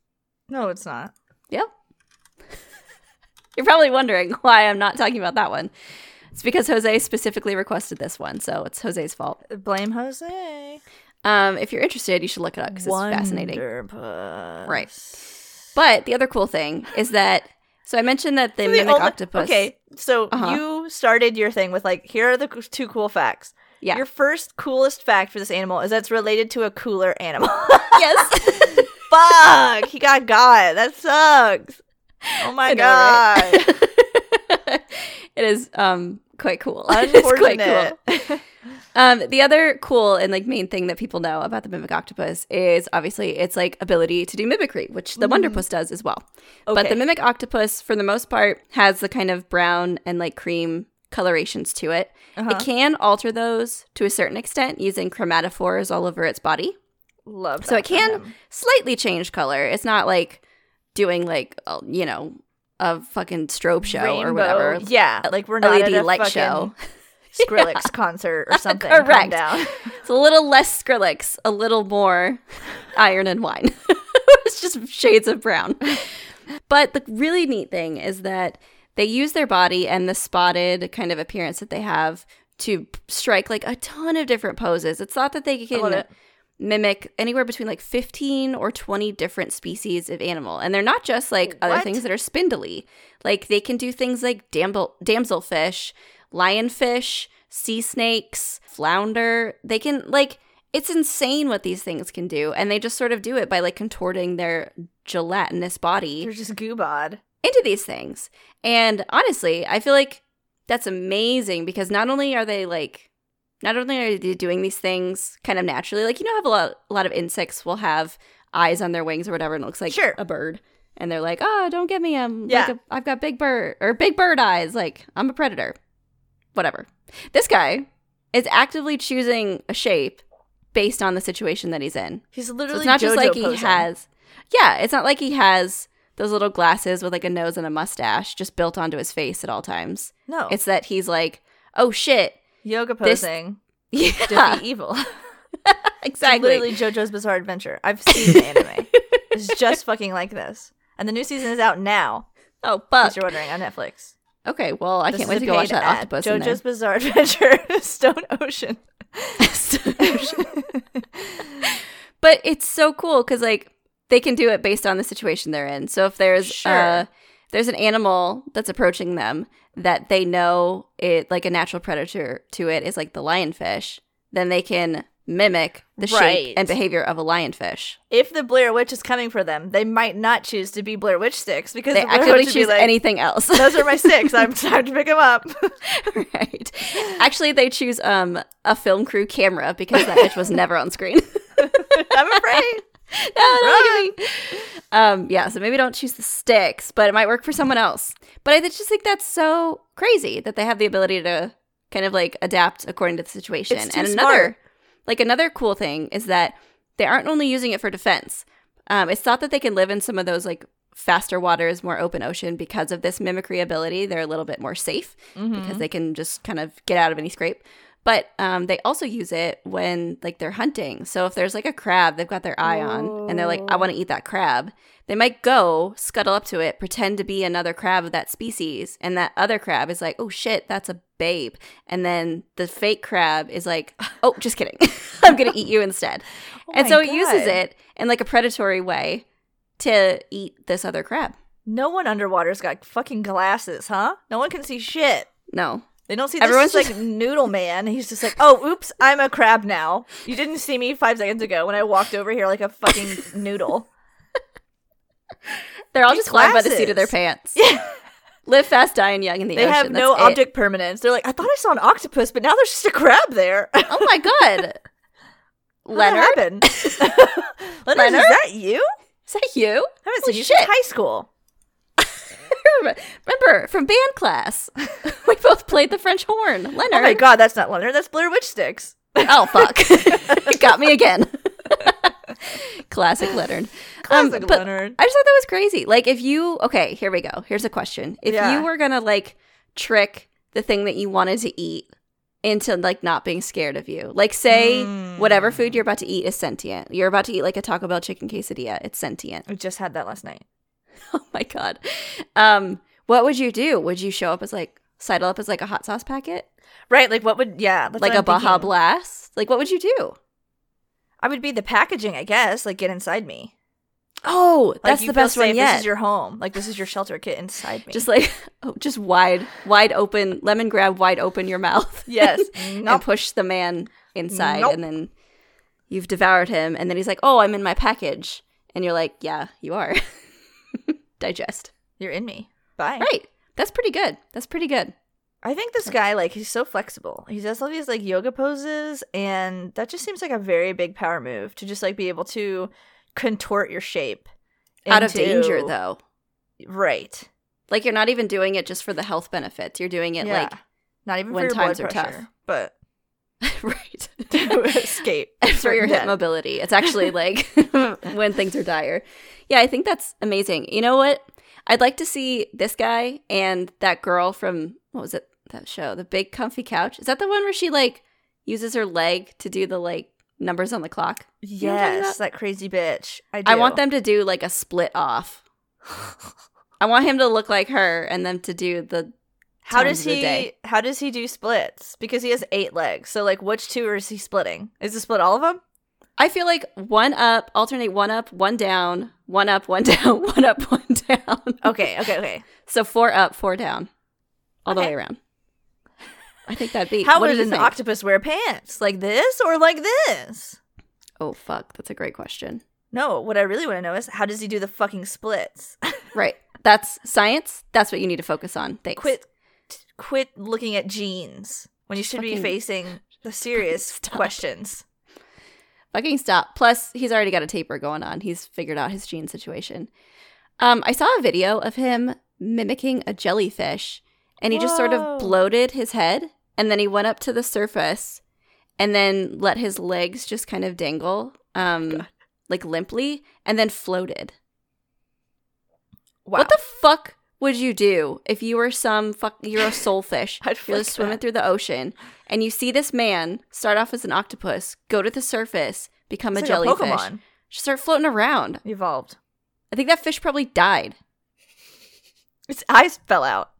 Speaker 2: no, it's not.
Speaker 1: Yep. you're probably wondering why I'm not talking about that one. It's because Jose specifically requested this one, so it's Jose's fault.
Speaker 2: Blame Jose.
Speaker 1: Um, if you're interested, you should look it up because it's fascinating.
Speaker 2: Wonderpuss.
Speaker 1: Right. But the other cool thing is that so I mentioned that the
Speaker 2: The
Speaker 1: mimic
Speaker 2: only-
Speaker 1: octopus.
Speaker 2: Okay, so
Speaker 1: Uh-huh.
Speaker 2: you started your thing with like, here are the co- two cool facts.
Speaker 1: Yeah.
Speaker 2: Your first coolest fact for this animal is that's related to a cooler animal.
Speaker 1: yes.
Speaker 2: Fuck, he got got. That sucks. Oh my
Speaker 1: I know,
Speaker 2: god.
Speaker 1: right? it is um quite cool. it's quite
Speaker 2: Unfortunate.
Speaker 1: cool. Um, the other cool and like main thing that people know about the mimic octopus is obviously its like ability to do mimicry, which the Wonder Puss does as well. But
Speaker 2: Mm-hmm. Okay.
Speaker 1: the mimic octopus, for the most part, has the kind of brown and like cream colorations to it.
Speaker 2: Uh-huh.
Speaker 1: It can alter those to a certain extent using chromatophores all over its body.
Speaker 2: Love.
Speaker 1: So
Speaker 2: that
Speaker 1: it
Speaker 2: for
Speaker 1: can
Speaker 2: him.
Speaker 1: slightly change color. It's not like doing like uh, you know a fucking strobe show or whatever.
Speaker 2: Rainbow. Yeah, like we're not
Speaker 1: LED
Speaker 2: at a
Speaker 1: light
Speaker 2: fucking
Speaker 1: show.
Speaker 2: Skrillex concert or something.
Speaker 1: Correct.
Speaker 2: Correct. Down.
Speaker 1: It's a little less Skrillex, a little more iron and wine. it's just shades of brown. But the really neat thing is that they use their body and the spotted kind of appearance that they have to strike like a ton of different poses. It's not that they
Speaker 2: love
Speaker 1: can
Speaker 2: it.
Speaker 1: mimic anywhere between like 15 or 20 different species of animal. And they're not just like other
Speaker 2: What?
Speaker 1: things that are spindly. Like they can do things like damble- damselfish, lionfish, sea snakes, flounder. They can like it's insane what these things can do and they just sort of do it by like contorting their gelatinous body
Speaker 2: They're just goobod.
Speaker 1: into these things. And honestly, I feel like that's amazing because not only are they like not only are they doing these things kind of naturally, like you know, have a lot a lot of insects will have eyes on their wings or whatever, and it looks like
Speaker 2: Sure.
Speaker 1: a bird. And they're like, oh, don't get me. I'm
Speaker 2: Yeah.
Speaker 1: like a, I've got big bird or big bird eyes. Like I'm a predator. Whatever. This guy is actively choosing a shape based on the situation that he's in.
Speaker 2: He's
Speaker 1: So
Speaker 2: literally
Speaker 1: it's not just
Speaker 2: JoJo
Speaker 1: like he
Speaker 2: posing.
Speaker 1: has. Yeah, it's not like he has those little glasses with like a nose and a mustache just built onto his face at all times.
Speaker 2: no
Speaker 1: It's that he's like, oh shit.
Speaker 2: yoga
Speaker 1: this-
Speaker 2: posing.
Speaker 1: Yeah,
Speaker 2: Defeat evil.
Speaker 1: exactly.
Speaker 2: Literally JoJo's Bizarre Adventure. I've seen the anime. It's just fucking like this. And the new season is out now.
Speaker 1: Oh
Speaker 2: In
Speaker 1: fuck.
Speaker 2: case you're wondering on Netflix.
Speaker 1: Okay, well I
Speaker 2: This
Speaker 1: can't
Speaker 2: is
Speaker 1: wait
Speaker 2: a
Speaker 1: to go watch
Speaker 2: paid
Speaker 1: that
Speaker 2: ad.
Speaker 1: octopus in
Speaker 2: JoJo's Bizarre Adventure, Stone Ocean.
Speaker 1: there. but it's so cool because like they can do it based on the situation they're in. So if there's
Speaker 2: Sure.
Speaker 1: uh, if there's an animal that's approaching them that they know it like a natural predator to it is like the lionfish, then they can mimic the
Speaker 2: Right.
Speaker 1: shape and behavior of a lionfish.
Speaker 2: if the Blair Witch is coming for them, they might not choose to be Blair Witch sticks because
Speaker 1: They
Speaker 2: the Blair
Speaker 1: actively
Speaker 2: Witch would be
Speaker 1: choose
Speaker 2: like,
Speaker 1: anything else.
Speaker 2: Those are my sticks. I'm time to pick them up.
Speaker 1: right. Actually, they choose um a film crew camera because that bitch was never on screen.
Speaker 2: I'm afraid.
Speaker 1: No, no,
Speaker 2: Run.
Speaker 1: look at me. Um, yeah, so maybe don't choose the sticks, but it might work for someone else. But I just think that's so crazy that they have the ability to kind of like adapt according to the situation.
Speaker 2: It's too
Speaker 1: and
Speaker 2: smart.
Speaker 1: another, like another cool thing is that they aren't only using it for defense. Um, it's thought that they can live in some of those like faster waters, more open ocean because of this mimicry ability. They're a little bit more safe
Speaker 2: Mm-hmm.
Speaker 1: because they can just kind of get out of any scrape. But um, they also use it when like they're hunting. So if there's like a crab, they've got their eye on, and they're like, "I want to eat that crab." They might go scuttle up to it, pretend to be another crab of that species, and that other crab is like, "Oh shit, that's a babe," and then the fake crab is like, "Oh, just kidding, I'm gonna eat you instead." and
Speaker 2: Oh my
Speaker 1: so it uses
Speaker 2: God.
Speaker 1: it in like a predatory way to eat this other crab.
Speaker 2: No one underwater's got fucking glasses, huh? No one can see shit.
Speaker 1: No,
Speaker 2: They don't see this
Speaker 1: Everyone's
Speaker 2: Everyone's like noodle man. He's just like, oh, oops, I'm a crab now. You didn't see me five seconds ago when I walked over here like a fucking noodle.
Speaker 1: They're all
Speaker 2: Big
Speaker 1: just flying by the seat of their
Speaker 2: glasses.
Speaker 1: pants. Live fast, die, and young in the
Speaker 2: They
Speaker 1: ocean.
Speaker 2: have no
Speaker 1: That's it.
Speaker 2: object permanence. They're like, I thought I saw an octopus, but now there's just a crab there.
Speaker 1: Oh my god. Leonard,
Speaker 2: Leonard, Leonard, is that you?
Speaker 1: is that you?
Speaker 2: I haven't
Speaker 1: Holy
Speaker 2: seen you
Speaker 1: shit.
Speaker 2: since high school.
Speaker 1: Remember from band class, we both played the French horn. Leonard,
Speaker 2: Oh my god, that's not Leonard. That's Blair Witch Sticks.
Speaker 1: oh fuck, got me again. Classic Leonard. Um,
Speaker 2: Classic
Speaker 1: but
Speaker 2: Leonard.
Speaker 1: I just thought that was crazy. Like, if you okay, here we go. Here's a question: If
Speaker 2: Yeah.
Speaker 1: you were gonna like trick the thing that you wanted to eat into like not being scared of you, like say
Speaker 2: Hmm.
Speaker 1: whatever food you're about to eat is sentient. You're about to eat like a Taco Bell chicken quesadilla. It's sentient.
Speaker 2: I just had that last night.
Speaker 1: Oh my god. Um, what would you do? Would you show up as like sidle up as like a hot sauce packet,
Speaker 2: Right, like what would yeah, that's
Speaker 1: like
Speaker 2: what
Speaker 1: a
Speaker 2: I'm
Speaker 1: Baja
Speaker 2: thinking.
Speaker 1: Blast? Like, what would you do?
Speaker 2: I would be the packaging, I guess. Like get inside me.
Speaker 1: Oh,
Speaker 2: Like,
Speaker 1: that's
Speaker 2: you
Speaker 1: the
Speaker 2: feel
Speaker 1: best one
Speaker 2: safe.
Speaker 1: yet.
Speaker 2: This is your home. Like this is your shelter. Get inside me.
Speaker 1: just like oh, just wide wide open lemon grab wide open your mouth
Speaker 2: Yes.
Speaker 1: and
Speaker 2: Nope.
Speaker 1: push the man inside
Speaker 2: Nope.
Speaker 1: and then you've devoured him and then he's like oh i'm in my package and you're like yeah you are digest
Speaker 2: you're in me. Bye.
Speaker 1: right That's pretty good. That's pretty good.
Speaker 2: I think this guy, like, he's so flexible. He does all these like yoga poses, and that just seems like a very big power move to just like be able to contort your shape
Speaker 1: Out of
Speaker 2: into-
Speaker 1: danger though.
Speaker 2: Right.
Speaker 1: Like you're not even doing it just for the health benefits. You're doing it
Speaker 2: Yeah. Not even
Speaker 1: when
Speaker 2: for your
Speaker 1: times are
Speaker 2: blood
Speaker 1: tough.
Speaker 2: pressure, but
Speaker 1: like right.
Speaker 2: to escape
Speaker 1: and for your hip
Speaker 2: certain death.
Speaker 1: mobility. It's actually like when things are dire. Yeah, I think that's amazing. You know what? I'd like to see this guy and that girl from what was it? That show, The Big Comfy Couch. Is that the one where she like uses her leg to do the like numbers on the clock? know what I'm talking
Speaker 2: Yes, that crazy bitch. I do.
Speaker 1: I want them to do like a split off. I want him to look like her and them to do the
Speaker 2: How
Speaker 1: times
Speaker 2: does
Speaker 1: of the
Speaker 2: he?
Speaker 1: day.
Speaker 2: How does he do splits? Because he has eight legs. So like, which two is he splitting? Is he split all of them?
Speaker 1: I feel like one up, alternate one up, one down, one up, one down, one up, one down.
Speaker 2: Okay, okay, okay.
Speaker 1: So four up, four down, all the
Speaker 2: Okay.
Speaker 1: way around. I think that'd be.
Speaker 2: How
Speaker 1: what do
Speaker 2: would
Speaker 1: you
Speaker 2: an
Speaker 1: think?
Speaker 2: octopus wear pants? Like this or like this?
Speaker 1: Oh fuck, that's a great question.
Speaker 2: No, what I really want to know is how does he do the fucking splits?
Speaker 1: Right, that's science. That's what you need to focus on. Thanks.
Speaker 2: quit, quit looking at jeans when you should be
Speaker 1: fucking-
Speaker 2: facing the serious
Speaker 1: Stop.
Speaker 2: questions.
Speaker 1: Fucking stop. Plus, he's already got a taper going on. He's figured out his gene situation. Um, I saw a video of him mimicking a jellyfish, and he just sort
Speaker 2: Whoa.
Speaker 1: of bloated his head, and then he went up to the surface, and then let his legs just kind of dangle, um, like limply, and then floated.
Speaker 2: Wow.
Speaker 1: What the fuck would you do if you were some fuck you're a soulfish?
Speaker 2: I'd
Speaker 1: you're
Speaker 2: freak
Speaker 1: just swimming
Speaker 2: out.
Speaker 1: through the ocean and you see this man start off as an octopus, go to the surface, become
Speaker 2: It's
Speaker 1: a
Speaker 2: like
Speaker 1: jellyfish,
Speaker 2: Pokemon
Speaker 1: just start floating around.
Speaker 2: evolved.
Speaker 1: I think that fish probably died.
Speaker 2: Its eyes fell out.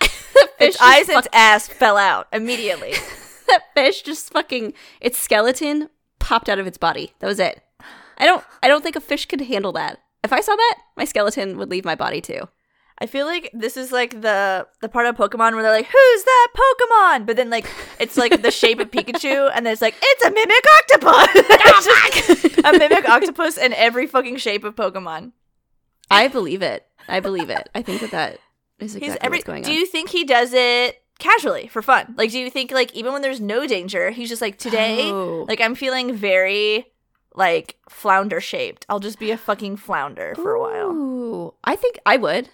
Speaker 1: That fish,
Speaker 2: Its
Speaker 1: just
Speaker 2: eyes and
Speaker 1: fuck-
Speaker 2: its ass fell out immediately.
Speaker 1: that fish just fucking its skeleton popped out of its body. That was it. I don't I don't think a fish could handle that. If I saw that, my skeleton would leave my body too.
Speaker 2: I feel like this is like the the part of Pokemon where they're like, "Who's that Pokemon?" But then like it's like the shape of Pikachu, and then it's like it's a mimic octopus. It's just a mimic octopus in every fucking shape of Pokemon.
Speaker 1: I believe it. I believe it. I think that that is exactly
Speaker 2: He's every.
Speaker 1: what's going
Speaker 2: do
Speaker 1: on.
Speaker 2: you think he does it casually for fun? Like, do you think like even when there's no danger, he's just like today,
Speaker 1: Oh.
Speaker 2: like I'm feeling very like flounder shaped. I'll just be a fucking flounder for a while.
Speaker 1: Ooh, I think I would.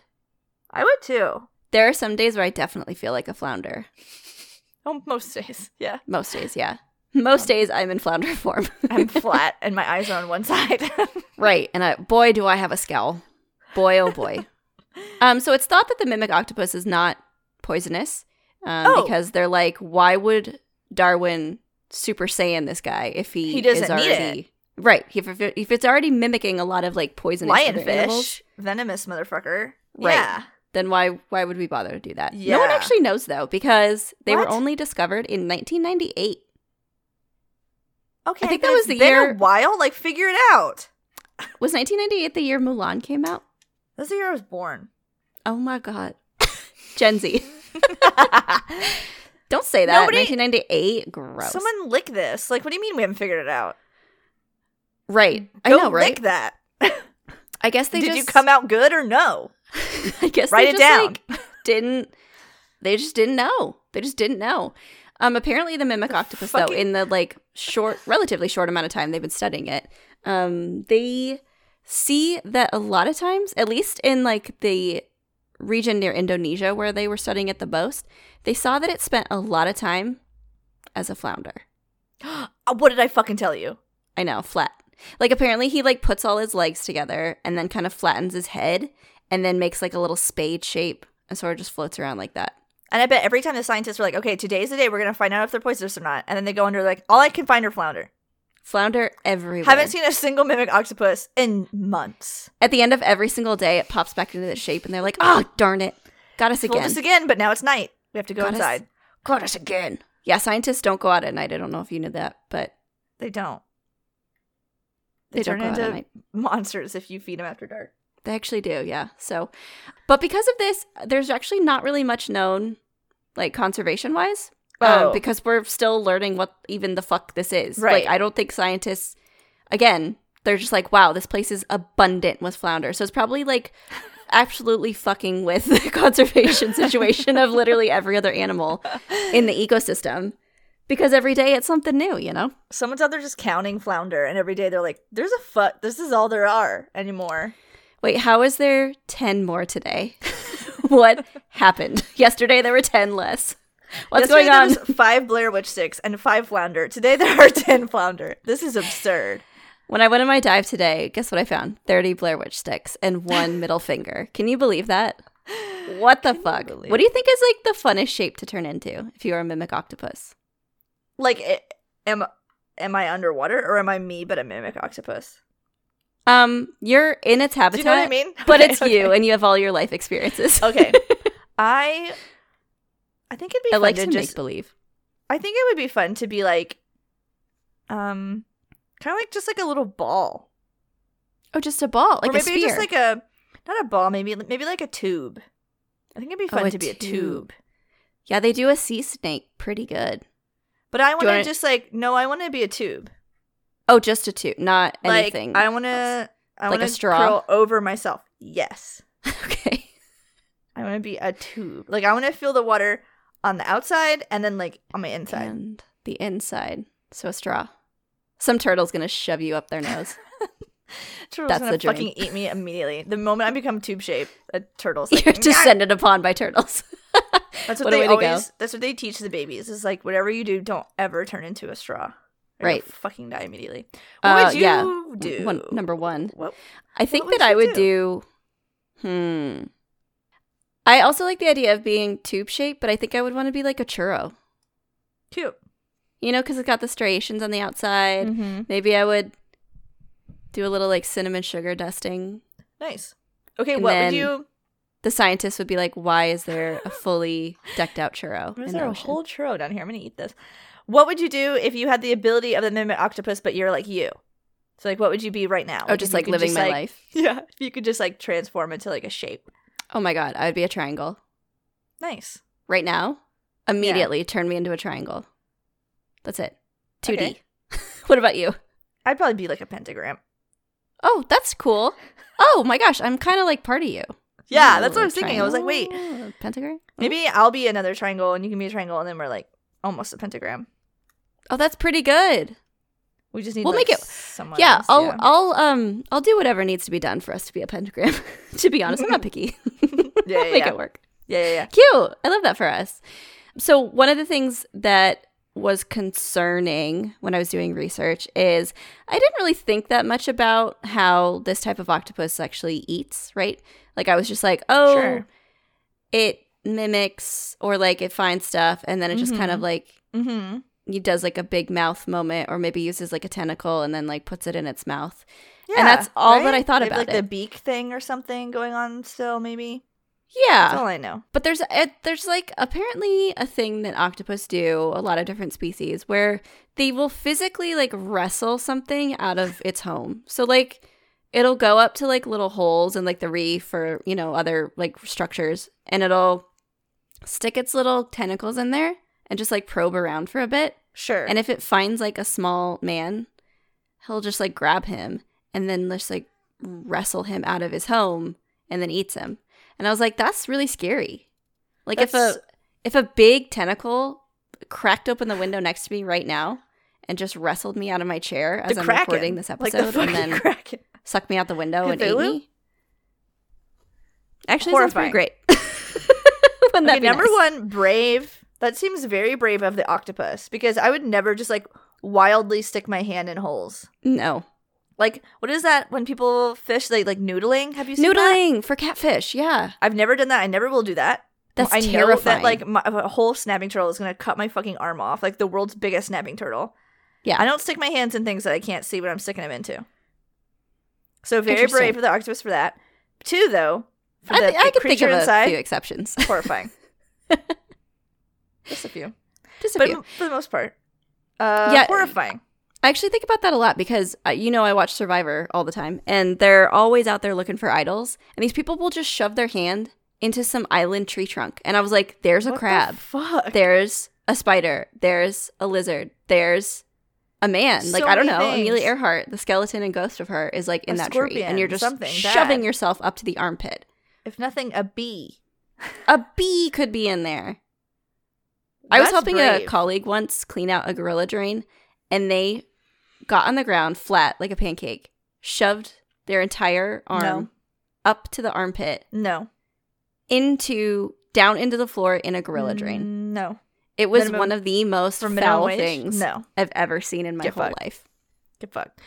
Speaker 2: I would too.
Speaker 1: There are some days where I definitely feel like a flounder.
Speaker 2: Oh, most days, yeah.
Speaker 1: Most days, yeah. Most days I'm in flounder form.
Speaker 2: I'm flat and my eyes are on one side.
Speaker 1: right. And I, boy, do I have a scowl. Boy, oh boy. um, so it's thought that the mimic octopus is not poisonous um,
Speaker 2: Oh.
Speaker 1: because they're like, why would Darwin Super Saiyan this guy if he,
Speaker 2: He doesn't
Speaker 1: is
Speaker 2: need it.
Speaker 1: already. Right. If, if, it- if it's already mimicking a lot of like poisonous other animals,
Speaker 2: lionfish, venomous motherfucker.
Speaker 1: Right.
Speaker 2: Yeah.
Speaker 1: then why why would we bother to do that? No one
Speaker 2: Yeah.
Speaker 1: actually knows though because they
Speaker 2: What?
Speaker 1: were only discovered in 1998.
Speaker 2: Okay.
Speaker 1: I think
Speaker 2: but
Speaker 1: that was
Speaker 2: it's
Speaker 1: the
Speaker 2: been
Speaker 1: year-
Speaker 2: a while. Like, figure it out.
Speaker 1: Was 1998 the year Mulan came out?
Speaker 2: That's the year I was born.
Speaker 1: Oh my god. Gen Z. Don't say that.
Speaker 2: Nobody-
Speaker 1: 1998. Gross.
Speaker 2: Someone lick this. Like, what do you mean we haven't figured it out?
Speaker 1: right. I
Speaker 2: Go
Speaker 1: know, right?
Speaker 2: Lick that.
Speaker 1: I guess they
Speaker 2: Did
Speaker 1: just
Speaker 2: you come out good or no?
Speaker 1: I guess
Speaker 2: Write
Speaker 1: they
Speaker 2: it
Speaker 1: just,
Speaker 2: down.
Speaker 1: like, didn't they just didn't know. They just didn't know. Um apparently the mimic octopus though
Speaker 2: fucking-
Speaker 1: in the like short relatively short amount of time they've been studying it. Um they see that a lot of times at least in like the region near Indonesia where they were studying it the most, they saw that it spent a lot of time as a flounder.
Speaker 2: Uh, what did I fucking tell you?
Speaker 1: I know, flat. Like apparently he like puts all his legs together and then kind of flattens his head and then makes like a little spade shape and sort of just floats around like that.
Speaker 2: And I bet every time the scientists were like, okay, today's the day we're going to find out if they're poisonous or not. And then they go under, like, all I can find are flounder.
Speaker 1: Flounder everywhere.
Speaker 2: Haven't seen a single mimic octopus in months.
Speaker 1: At the end of every single day it pops back into the shape and they're like, "Oh, darn it. Got us
Speaker 2: Told
Speaker 1: again.
Speaker 2: us again, but now it's night. We have to go
Speaker 1: Got us.
Speaker 2: inside.
Speaker 1: Got us again." Yeah, scientists don't go out at night. I don't know if you knew that, but
Speaker 2: They don't.
Speaker 1: they, don't
Speaker 2: turn
Speaker 1: go out at
Speaker 2: into
Speaker 1: night.
Speaker 2: monsters if you feed them after dark.
Speaker 1: They actually do, yeah. So, but because of this, there's actually not really much known, like conservation wise,
Speaker 2: Oh.
Speaker 1: um, because we're still learning what even the fuck this is.
Speaker 2: Right.
Speaker 1: Like, I don't think scientists, again, they're just like, wow, this place is abundant with flounder. So it's probably like absolutely fucking with the conservation situation of literally every other animal in the ecosystem because every day it's something new, you know?
Speaker 2: Someone's out there just counting flounder, and every day they're like, "There's a foot. This is all there are anymore."
Speaker 1: Wait, how is there 10 more today? what happened? Yesterday there were 10 less. What's
Speaker 2: Yesterday
Speaker 1: going on?
Speaker 2: There was five Blair Witch sticks and five flounder. Today there are ten flounder. This is absurd.
Speaker 1: When I went on my dive today, guess what I found? 30 Blair Witch sticks and one middle finger. Can you believe that? What the fuck?
Speaker 2: believe
Speaker 1: What do you think is like the funnest shape to turn into if you are a mimic octopus?
Speaker 2: Like, i am am I underwater or am I me but a mimic octopus?
Speaker 1: Um, you're in its habitat,
Speaker 2: Do you know what I mean?
Speaker 1: but
Speaker 2: Okay,
Speaker 1: it's
Speaker 2: okay.
Speaker 1: you and you have all your life experiences.
Speaker 2: Okay, I I think it'd be
Speaker 1: I
Speaker 2: fun
Speaker 1: like
Speaker 2: to
Speaker 1: to
Speaker 2: just
Speaker 1: make believe.
Speaker 2: I think it would be fun to be like, um, kind of like just like a little ball,
Speaker 1: Oh, just a ball, like
Speaker 2: or
Speaker 1: a sphere.
Speaker 2: maybe just like a not a ball, maybe maybe like a tube. I think it'd be
Speaker 1: Oh,
Speaker 2: fun
Speaker 1: a
Speaker 2: to be a
Speaker 1: tube.
Speaker 2: tube.
Speaker 1: yeah, they do a sea snake pretty good.
Speaker 2: But I want
Speaker 1: wanna-
Speaker 2: to just like no, I want to be a tube.
Speaker 1: Oh, just a two, not
Speaker 2: Like
Speaker 1: anything.
Speaker 2: I want to, I
Speaker 1: Like
Speaker 2: want
Speaker 1: a
Speaker 2: to
Speaker 1: straw?
Speaker 2: curl over myself. Yes,
Speaker 1: okay.
Speaker 2: I want to be a tube. Like I want to feel the water on the outside and then like on my inside.
Speaker 1: And the inside, so a straw. Some turtle's gonna shove you up their nose.
Speaker 2: Turtle's
Speaker 1: That's
Speaker 2: gonna
Speaker 1: the dream.
Speaker 2: fucking eat me immediately. The moment I become tube shaped, a turtle's like,
Speaker 1: You're
Speaker 2: "Nyah!"
Speaker 1: descended upon by turtles.
Speaker 2: That's what,
Speaker 1: What a
Speaker 2: they
Speaker 1: way to go.
Speaker 2: always. That's what they teach the babies. Is like whatever you do, don't ever turn into a straw. Or you'll
Speaker 1: Right.
Speaker 2: fucking die immediately. What
Speaker 1: Uh,
Speaker 2: would you
Speaker 1: yeah.
Speaker 2: do?
Speaker 1: One, number one.
Speaker 2: What-
Speaker 1: I think
Speaker 2: would
Speaker 1: that I
Speaker 2: you
Speaker 1: would do? Hmm. I also like the idea of being tube shaped, but I think I would want to be like a churro.
Speaker 2: Cute.
Speaker 1: You know, because it's got the striations on the outside.
Speaker 2: Mm-hmm.
Speaker 1: Maybe I would do a little like cinnamon sugar dusting.
Speaker 2: Nice. Okay.
Speaker 1: And
Speaker 2: what
Speaker 1: then
Speaker 2: would you?
Speaker 1: The scientists would be like, "Why is there a fully decked out churro
Speaker 2: Is
Speaker 1: in
Speaker 2: there
Speaker 1: the
Speaker 2: a
Speaker 1: ocean?"
Speaker 2: whole churro down here? I'm gonna eat this. What would you do if you had the ability of the mimic octopus, but you're like you? So like, what would you be right now?
Speaker 1: oh,
Speaker 2: if
Speaker 1: just
Speaker 2: you
Speaker 1: like
Speaker 2: could
Speaker 1: living
Speaker 2: just,
Speaker 1: my
Speaker 2: like-
Speaker 1: life.
Speaker 2: Yeah. If you could just like transform into like a shape.
Speaker 1: Oh my god, I would be a triangle
Speaker 2: Nice.
Speaker 1: right now. Immediately turn me into a triangle. That's it. 2D.
Speaker 2: Okay.
Speaker 1: what about you?
Speaker 2: I'd probably be like a pentagram.
Speaker 1: Oh, that's cool. Oh my gosh, I'm kind of like part of you.
Speaker 2: Yeah, that's
Speaker 1: Ooh,
Speaker 2: what I was thinking. I was like, wait,
Speaker 1: triangle, a pentagram?
Speaker 2: maybe I'll be another triangle and you can be a triangle, and then we're like almost a pentagram.
Speaker 1: Oh, that's pretty good.
Speaker 2: We just need.
Speaker 1: We'll
Speaker 2: like,
Speaker 1: make it-
Speaker 2: Someone
Speaker 1: Yeah,
Speaker 2: else,
Speaker 1: I'll I'll um I'll do whatever needs to be done for us to be a pentagram. to be honest, I'm not picky.
Speaker 2: yeah, yeah,
Speaker 1: Make
Speaker 2: yeah.
Speaker 1: it work.
Speaker 2: yeah, yeah, yeah.
Speaker 1: Cute. I love that for us. So, one of the things that was concerning when I was doing research is I didn't really think that much about how this type of octopus actually eats, right? Like, I was just like, oh,
Speaker 2: Sure.
Speaker 1: it mimics or like it finds stuff and then it just kind of
Speaker 2: Mhm.
Speaker 1: like
Speaker 2: Mm-hmm.
Speaker 1: he does like a big mouth moment or maybe uses like a tentacle and then like puts it in its mouth.
Speaker 2: Yeah,
Speaker 1: that's all that I thought
Speaker 2: They have,
Speaker 1: about
Speaker 2: like,
Speaker 1: it.
Speaker 2: the beak thing or something going on still, maybe.
Speaker 1: Yeah.
Speaker 2: That's all I know.
Speaker 1: But there's it, there's like apparently a thing that octopus do, a lot of different species, where they will physically like wrestle something out of its home. So like it'll go up to like little holes in like the reef or you know other like structures, and it'll stick its little tentacles in there and just like probe around for a bit.
Speaker 2: Sure.
Speaker 1: And if it finds like a small man, he'll just like grab him and then just like wrestle him out of his home and then eats him. And I was like, that's really scary. Like if
Speaker 2: That's-
Speaker 1: a if a big tentacle cracked open the window next to me right now and just wrestled me out of my chair as
Speaker 2: the
Speaker 1: I'm
Speaker 2: Kraken,
Speaker 1: recording this
Speaker 2: like
Speaker 1: episode
Speaker 2: the fucking
Speaker 1: and then
Speaker 2: Kraken.
Speaker 1: sucked me out the window and ate
Speaker 2: Cthulhu?
Speaker 1: me. Actually, it sounds pretty
Speaker 2: Horrifying.
Speaker 1: great. Wouldn't
Speaker 2: Okay,
Speaker 1: that be
Speaker 2: number
Speaker 1: nice?
Speaker 2: one, brave. That seems very brave of the octopus because I would never just like wildly stick my hand in holes.
Speaker 1: No.
Speaker 2: Like, what is that when people fish? They like noodling. Have you seen that?
Speaker 1: Noodling for catfish, yeah.
Speaker 2: I've never done that. I never will do that.
Speaker 1: That's
Speaker 2: I
Speaker 1: terrifying.
Speaker 2: know that like my, a whole snapping turtle is gonna cut my fucking arm off. Like the world's biggest snapping turtle.
Speaker 1: Yeah.
Speaker 2: I don't stick my hands in things that I can't see what I'm sticking them into. So very
Speaker 1: Interesting.
Speaker 2: brave for the octopus for that. Two though, for
Speaker 1: I,
Speaker 2: the,
Speaker 1: thi- I
Speaker 2: the
Speaker 1: can think
Speaker 2: creature
Speaker 1: of a
Speaker 2: inside,
Speaker 1: few exceptions.
Speaker 2: horrifying. Just a few,
Speaker 1: Just a
Speaker 2: but
Speaker 1: few.
Speaker 2: m- for the most part, uh,
Speaker 1: Yeah.
Speaker 2: horrifying.
Speaker 1: I actually think about that a lot because uh, you know I watch Survivor all the time, and they're always out there looking for idols. And these people will just shove their hand into some island tree trunk, and I was like, "There's a
Speaker 2: What the
Speaker 1: crab.
Speaker 2: fuck.
Speaker 1: there's a spider. There's a lizard. There's a man. like
Speaker 2: So
Speaker 1: I don't know.
Speaker 2: many things.
Speaker 1: Amelia Earhart, the skeleton and ghost of her, is like in
Speaker 2: A
Speaker 1: that tree,
Speaker 2: scorpion,
Speaker 1: and you're just
Speaker 2: something
Speaker 1: shoving
Speaker 2: bad.
Speaker 1: yourself up to the armpit.
Speaker 2: If nothing, a bee.
Speaker 1: A bee could be in there. I was
Speaker 2: That's
Speaker 1: helping a
Speaker 2: brave.
Speaker 1: colleague once clean out a gorilla drain, and they got on the ground flat like a pancake, shoved their entire arm
Speaker 2: No.
Speaker 1: up to the armpit
Speaker 2: No.
Speaker 1: into down into the floor in a gorilla drain.
Speaker 2: No.
Speaker 1: It was
Speaker 2: Mm. Minimum-
Speaker 1: one of the most
Speaker 2: For minimum
Speaker 1: foul
Speaker 2: wage?
Speaker 1: things
Speaker 2: No.
Speaker 1: I've ever seen in my
Speaker 2: Get
Speaker 1: whole
Speaker 2: fucked.
Speaker 1: life.
Speaker 2: Get fucked.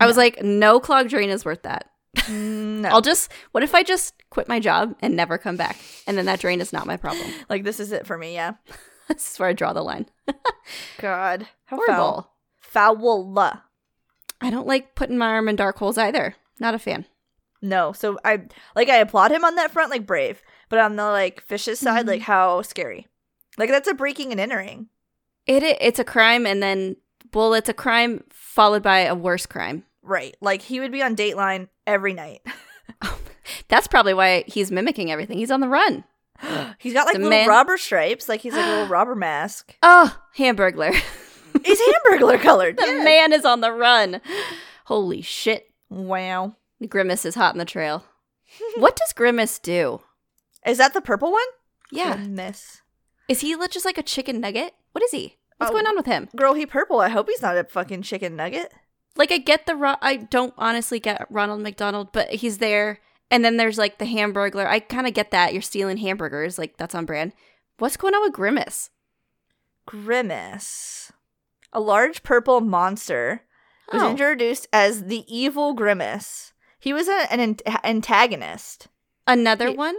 Speaker 1: I was like, no clog drain is worth that.
Speaker 2: Mm, No.
Speaker 1: I'll just what if I just quit my job and never come back? And then that drain is not my problem.
Speaker 2: like this is it for me. Yeah.
Speaker 1: this is where I draw the line.
Speaker 2: God. How
Speaker 1: Horrible.
Speaker 2: Foul. Foul.
Speaker 1: I don't like putting my arm in dark holes either. Not a fan.
Speaker 2: No. So I like I applaud him on that front, like brave, but on the like fish's side, like
Speaker 1: Mm-hmm.
Speaker 2: how scary. Like that's a breaking and entering.
Speaker 1: It, it it's a crime and then well, it's a crime followed by a worse crime.
Speaker 2: Right. Like he would be on Dateline every night.
Speaker 1: That's probably why he's mimicking everything. He's on the run.
Speaker 2: He's got like
Speaker 1: The
Speaker 2: little
Speaker 1: man-
Speaker 2: robber stripes. Like he's like a little robber mask.
Speaker 1: Oh, Hamburglar.
Speaker 2: He's hamburger colored.
Speaker 1: the
Speaker 2: Yeah.
Speaker 1: man is on the run. Holy shit.
Speaker 2: Wow.
Speaker 1: Grimace is hot in the trail. what does Grimace do?
Speaker 2: Is that the purple one?
Speaker 1: Yeah.
Speaker 2: Miss.
Speaker 1: Is he li- just like a chicken nugget? What is he? What's
Speaker 2: Oh.
Speaker 1: going on with him?
Speaker 2: Girl, he purple. I hope he's not a fucking chicken nugget.
Speaker 1: Like I get the Ro- I don't honestly get Ronald McDonald, but he's there. And then there's like the Hamburglar. I kind of get that. You're stealing hamburgers, like that's on brand. What's going on with Grimace?
Speaker 2: Grimace. A large purple monster was
Speaker 1: Oh.
Speaker 2: introduced as the evil Grimace. He was a- an an antagonist.
Speaker 1: Another
Speaker 2: He-
Speaker 1: one?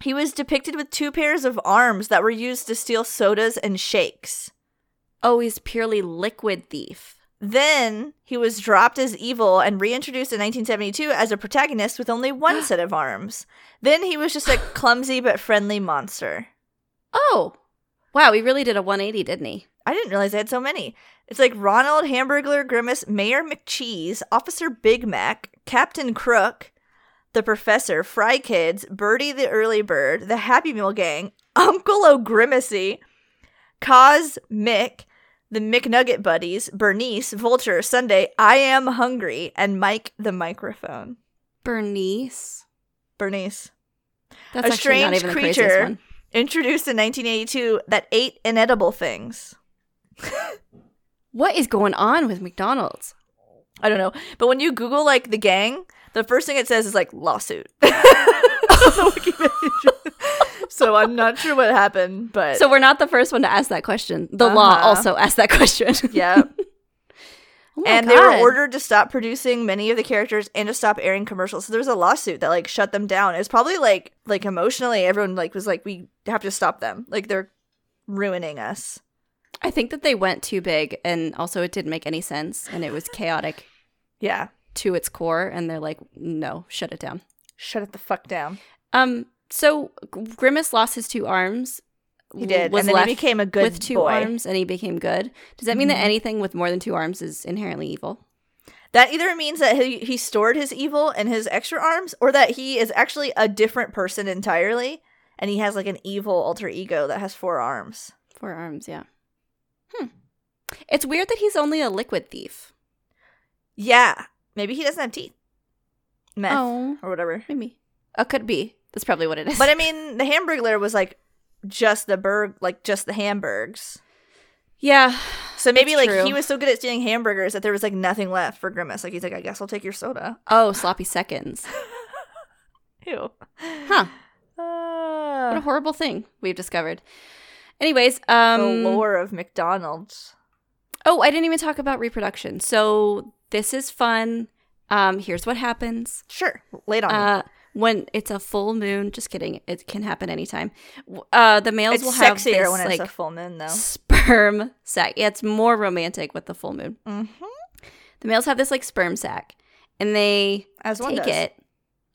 Speaker 2: He was depicted with two pairs of arms that were used to steal sodas and shakes.
Speaker 1: Oh, he's purely liquid thief.
Speaker 2: Then he was dropped as evil and reintroduced in 1972 as a protagonist with only one set of arms. Then he was just a clumsy but friendly monster.
Speaker 1: Oh. Wow, he really did a 180, didn't he?
Speaker 2: I didn't realize I had so many. It's like Ronald, Hamburglar, Grimace, Mayor McCheese, Officer Big Mac, Captain Crook, the Professor, Fry Kids, Birdie the Early Bird, the Happy Meal Gang, Uncle O'Grimacy, Cos Mick, the McNugget Buddies, Bernice, Vulture, Sunday, I Am Hungry, and Mike the Microphone.
Speaker 1: Bernice.
Speaker 2: Bernice.
Speaker 1: That's actually
Speaker 2: A
Speaker 1: not
Speaker 2: strange
Speaker 1: even the craziest
Speaker 2: creature.
Speaker 1: one.
Speaker 2: Introduced in 1982 that ate inedible things.
Speaker 1: What is going on with McDonald's?
Speaker 2: I don't know. But when you Google like the gang, the first thing it says is like lawsuit. so I'm not sure what happened, but
Speaker 1: So we're not the first one to ask that question. The law
Speaker 2: Uh, Uh-huh.
Speaker 1: also asked that question.
Speaker 2: yeah.
Speaker 1: Oh my
Speaker 2: and they were
Speaker 1: God.
Speaker 2: ordered to stop producing many of the characters and to stop airing commercials. So there was a lawsuit that like shut them down. It's probably like like emotionally everyone like was like we have to stop them. Like they're ruining us.
Speaker 1: I think that they went too big, and also it didn't make any sense, and it was chaotic
Speaker 2: Yeah.
Speaker 1: to its core. And they're like, no, shut it down.
Speaker 2: Shut it the fuck down.
Speaker 1: Um. So Gr- Grimace lost his two arms.
Speaker 2: He did.
Speaker 1: Was
Speaker 2: and then
Speaker 1: left
Speaker 2: he became a good
Speaker 1: with two
Speaker 2: boy.
Speaker 1: arms, and he became good. Does that mean
Speaker 2: Mhm.
Speaker 1: that anything with more than two arms is inherently evil?
Speaker 2: That either means that he, he stored his evil in his extra arms, or that he is actually a different person entirely, and he has like an evil alter ego that has four arms.
Speaker 1: Four arms, yeah. Hmm. It's weird that he's only a liquid thief.
Speaker 2: Yeah, maybe he doesn't have teeth, meth
Speaker 1: Oh,
Speaker 2: or whatever.
Speaker 1: maybe. Uh, could be. That's probably what it is.
Speaker 2: But I mean, the Hamburglar was like just the burg, like just the Hamburgs.
Speaker 1: yeah.
Speaker 2: So maybe
Speaker 1: That's
Speaker 2: like
Speaker 1: true.
Speaker 2: he was so good at stealing hamburgers that there was like nothing left for Grimace. Like he's like, I guess I'll take your soda.
Speaker 1: Oh, sloppy seconds.
Speaker 2: Ew.
Speaker 1: Huh. What a
Speaker 2: Uh,
Speaker 1: horrible thing we've discovered. Anyways,
Speaker 2: the
Speaker 1: um
Speaker 2: lore of McDonald's.
Speaker 1: Oh, I didn't even talk about reproduction. So this is fun. Um here's what happens.
Speaker 2: Sure, late on. me.
Speaker 1: Uh when it's a full moon, just kidding. It can happen anytime. W- Uh the males
Speaker 2: it's
Speaker 1: will have
Speaker 2: sexier
Speaker 1: this,
Speaker 2: when it's
Speaker 1: like
Speaker 2: a full moon, though.
Speaker 1: sperm sac. Yeah, it's more romantic with the full moon.
Speaker 2: Mm-hmm.
Speaker 1: The males have this like sperm sac and they
Speaker 2: As one
Speaker 1: take
Speaker 2: does.
Speaker 1: it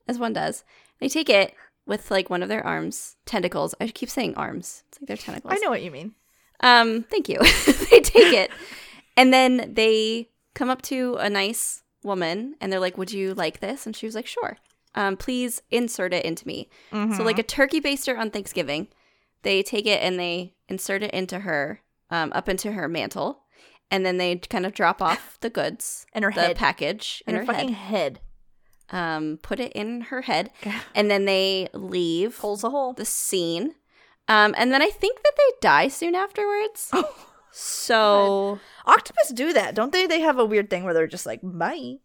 Speaker 1: as one does. They take it with like one of their arms, tentacles. I keep saying arms. It's like they're tentacles.
Speaker 2: I know what you mean.
Speaker 1: Um, thank you. they take it. And then they come up to a nice woman and they're like, Would you like this? And she was like, Sure. Um, please insert it into me. So, like a
Speaker 2: Mm-hmm.
Speaker 1: turkey baster on Thanksgiving, they take it and they insert it into her, um, up into her mantle. And then they kind of drop off the goods,
Speaker 2: in her
Speaker 1: the
Speaker 2: head,
Speaker 1: package in,
Speaker 2: in her,
Speaker 1: her, head.
Speaker 2: fucking head.
Speaker 1: um, put it in her head, and then they leave
Speaker 2: Holes a hole.
Speaker 1: the scene. Um, and then I think that they die soon afterwards.
Speaker 2: Oh.
Speaker 1: so
Speaker 2: Octopus do that, don't they? They have a weird thing where they're just like, bye.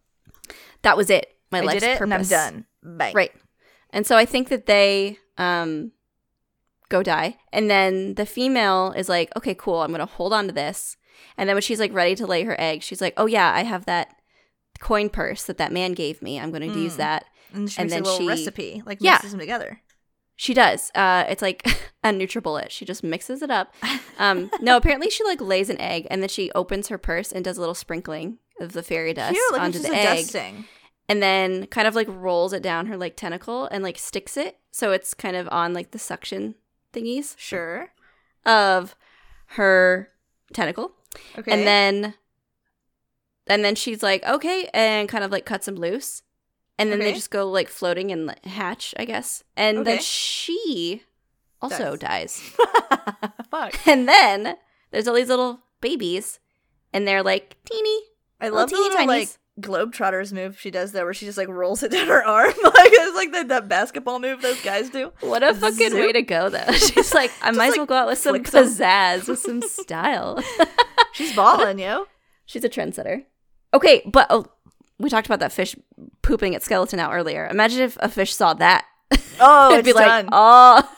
Speaker 1: that was it. My
Speaker 2: I
Speaker 1: life's
Speaker 2: did it
Speaker 1: purpose.
Speaker 2: and I'm done. Bye.
Speaker 1: Right. And so I think that they um go die. And then the female is like, okay, cool, I'm gonna hold on to this. And then when she's like ready to lay her egg, she's like, oh yeah, I have that coin purse that that man gave me. I'm gonna use
Speaker 2: Mm.
Speaker 1: that.
Speaker 2: And she
Speaker 1: And
Speaker 2: makes
Speaker 1: then
Speaker 2: a little
Speaker 1: she-
Speaker 2: recipe, like
Speaker 1: Yeah.
Speaker 2: mixes them together.
Speaker 1: She does. Uh, it's like a NutriBullet. She just mixes it up. Um, no, apparently she like lays an egg and then she opens her purse and does a little sprinkling of the fairy dust
Speaker 2: Cute, like it's
Speaker 1: onto
Speaker 2: just
Speaker 1: the
Speaker 2: a
Speaker 1: egg.
Speaker 2: dusting.
Speaker 1: and then kind of like rolls it down her like tentacle and like sticks it so it's kind of on like the suction thingies
Speaker 2: Sure.
Speaker 1: of her tentacle
Speaker 2: Okay.
Speaker 1: and then and then she's like okay and kind of like cuts him loose and then they
Speaker 2: Okay.
Speaker 1: just go like floating and like, hatch i guess and then
Speaker 2: Okay.
Speaker 1: she also dies
Speaker 2: Fuck.
Speaker 1: and then there's all these little babies and they're like teeny
Speaker 2: I
Speaker 1: Little
Speaker 2: love the
Speaker 1: teeny
Speaker 2: little, like
Speaker 1: tinies.
Speaker 2: globetrotters move she does there, where she just like rolls it down her arm, like it's like that, that basketball move those guys do.
Speaker 1: What a fucking
Speaker 2: Zoop.
Speaker 1: way to go, though. She's like, I
Speaker 2: Just,
Speaker 1: might as
Speaker 2: like,
Speaker 1: well go out with some
Speaker 2: flick some.
Speaker 1: pizzazz, with some style.
Speaker 2: She's balling, yo.
Speaker 1: She's a trendsetter. Okay, but oh, we talked about that fish pooping at Skeleton Out earlier. Imagine if a fish saw that.
Speaker 2: Oh,
Speaker 1: It'd
Speaker 2: it's
Speaker 1: be
Speaker 2: done.
Speaker 1: like, oh,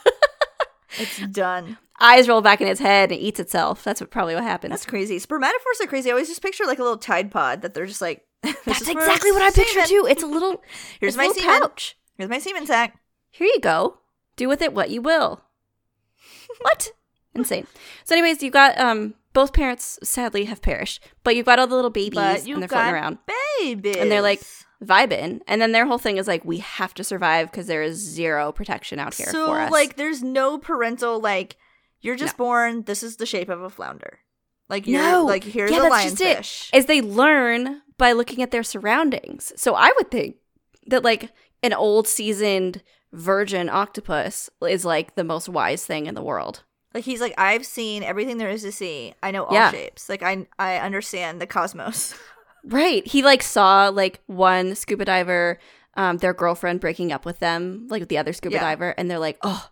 Speaker 2: It's done.
Speaker 1: eyes roll back in its head and it eats itself. That's what, probably what happens.
Speaker 2: That's crazy. Spermatophores are crazy. I always just picture like a little Tide Pod that they're just like. this is
Speaker 1: That's
Speaker 2: for
Speaker 1: exactly what I picture
Speaker 2: semen.
Speaker 1: too. It's a little
Speaker 2: Here's
Speaker 1: it's a
Speaker 2: my
Speaker 1: little
Speaker 2: semen.
Speaker 1: pouch.
Speaker 2: Here's my semen sack.
Speaker 1: Here you go. Do with it what you will. What? Insane. So, anyways, you got um both parents sadly have perished, but you've got all the little babies
Speaker 2: But you
Speaker 1: and they're
Speaker 2: got
Speaker 1: floating around.
Speaker 2: babies.
Speaker 1: And they're like vibing. And then their whole thing is like, we have to survive because there is zero protection out here
Speaker 2: so
Speaker 1: for us.
Speaker 2: like, there's no parental like. You're just born. This is the shape of a flounder. Like you're
Speaker 1: No.
Speaker 2: like here's
Speaker 1: Yeah,
Speaker 2: a
Speaker 1: that's just it.
Speaker 2: lionfish.
Speaker 1: as they learn by looking at their surroundings. So I would think that like an old seasoned virgin octopus is like the most wise thing in the world.
Speaker 2: Like he's like, I've seen everything there is to see. I know all
Speaker 1: Yeah.
Speaker 2: shapes. Like I I understand the cosmos.
Speaker 1: Right. He like saw like one scuba diver, um, their girlfriend breaking up with them, like with the other scuba
Speaker 2: Yeah.
Speaker 1: diver, and they're like, oh,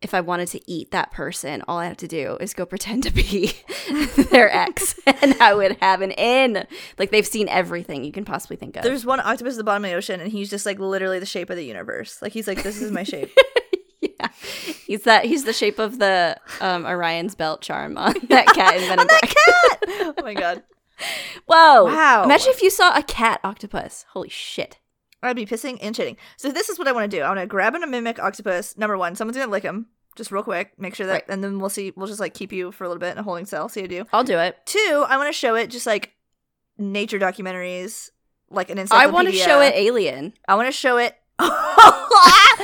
Speaker 1: if I wanted to eat that person, all I have to do is go pretend to be their ex, and I would have an in. Like they've seen everything you can possibly think of.
Speaker 2: There's one octopus at the bottom of the ocean, and he's just like literally the shape of the universe. Like he's like, this is my shape.
Speaker 1: yeah, he's that. He's the shape of the um, Orion's belt charm on that cat in Men in Black.
Speaker 2: oh my god,
Speaker 1: Whoa!
Speaker 2: Wow.
Speaker 1: Imagine if you saw a cat octopus. Holy shit!
Speaker 2: I'd be pissing and shitting. So this is what I want to do. I want to grab an mimic octopus. Number one, someone's gonna lick him. Just real quick, make sure that,
Speaker 1: Right.
Speaker 2: and then we'll see. We'll just like keep you for a little bit in a holding cell. See how you do.
Speaker 1: I'll do it.
Speaker 2: Two, I want to show it just like nature documentaries, like an
Speaker 1: I
Speaker 2: encyclopedia.
Speaker 1: want to show it Alien.
Speaker 2: I want to show it.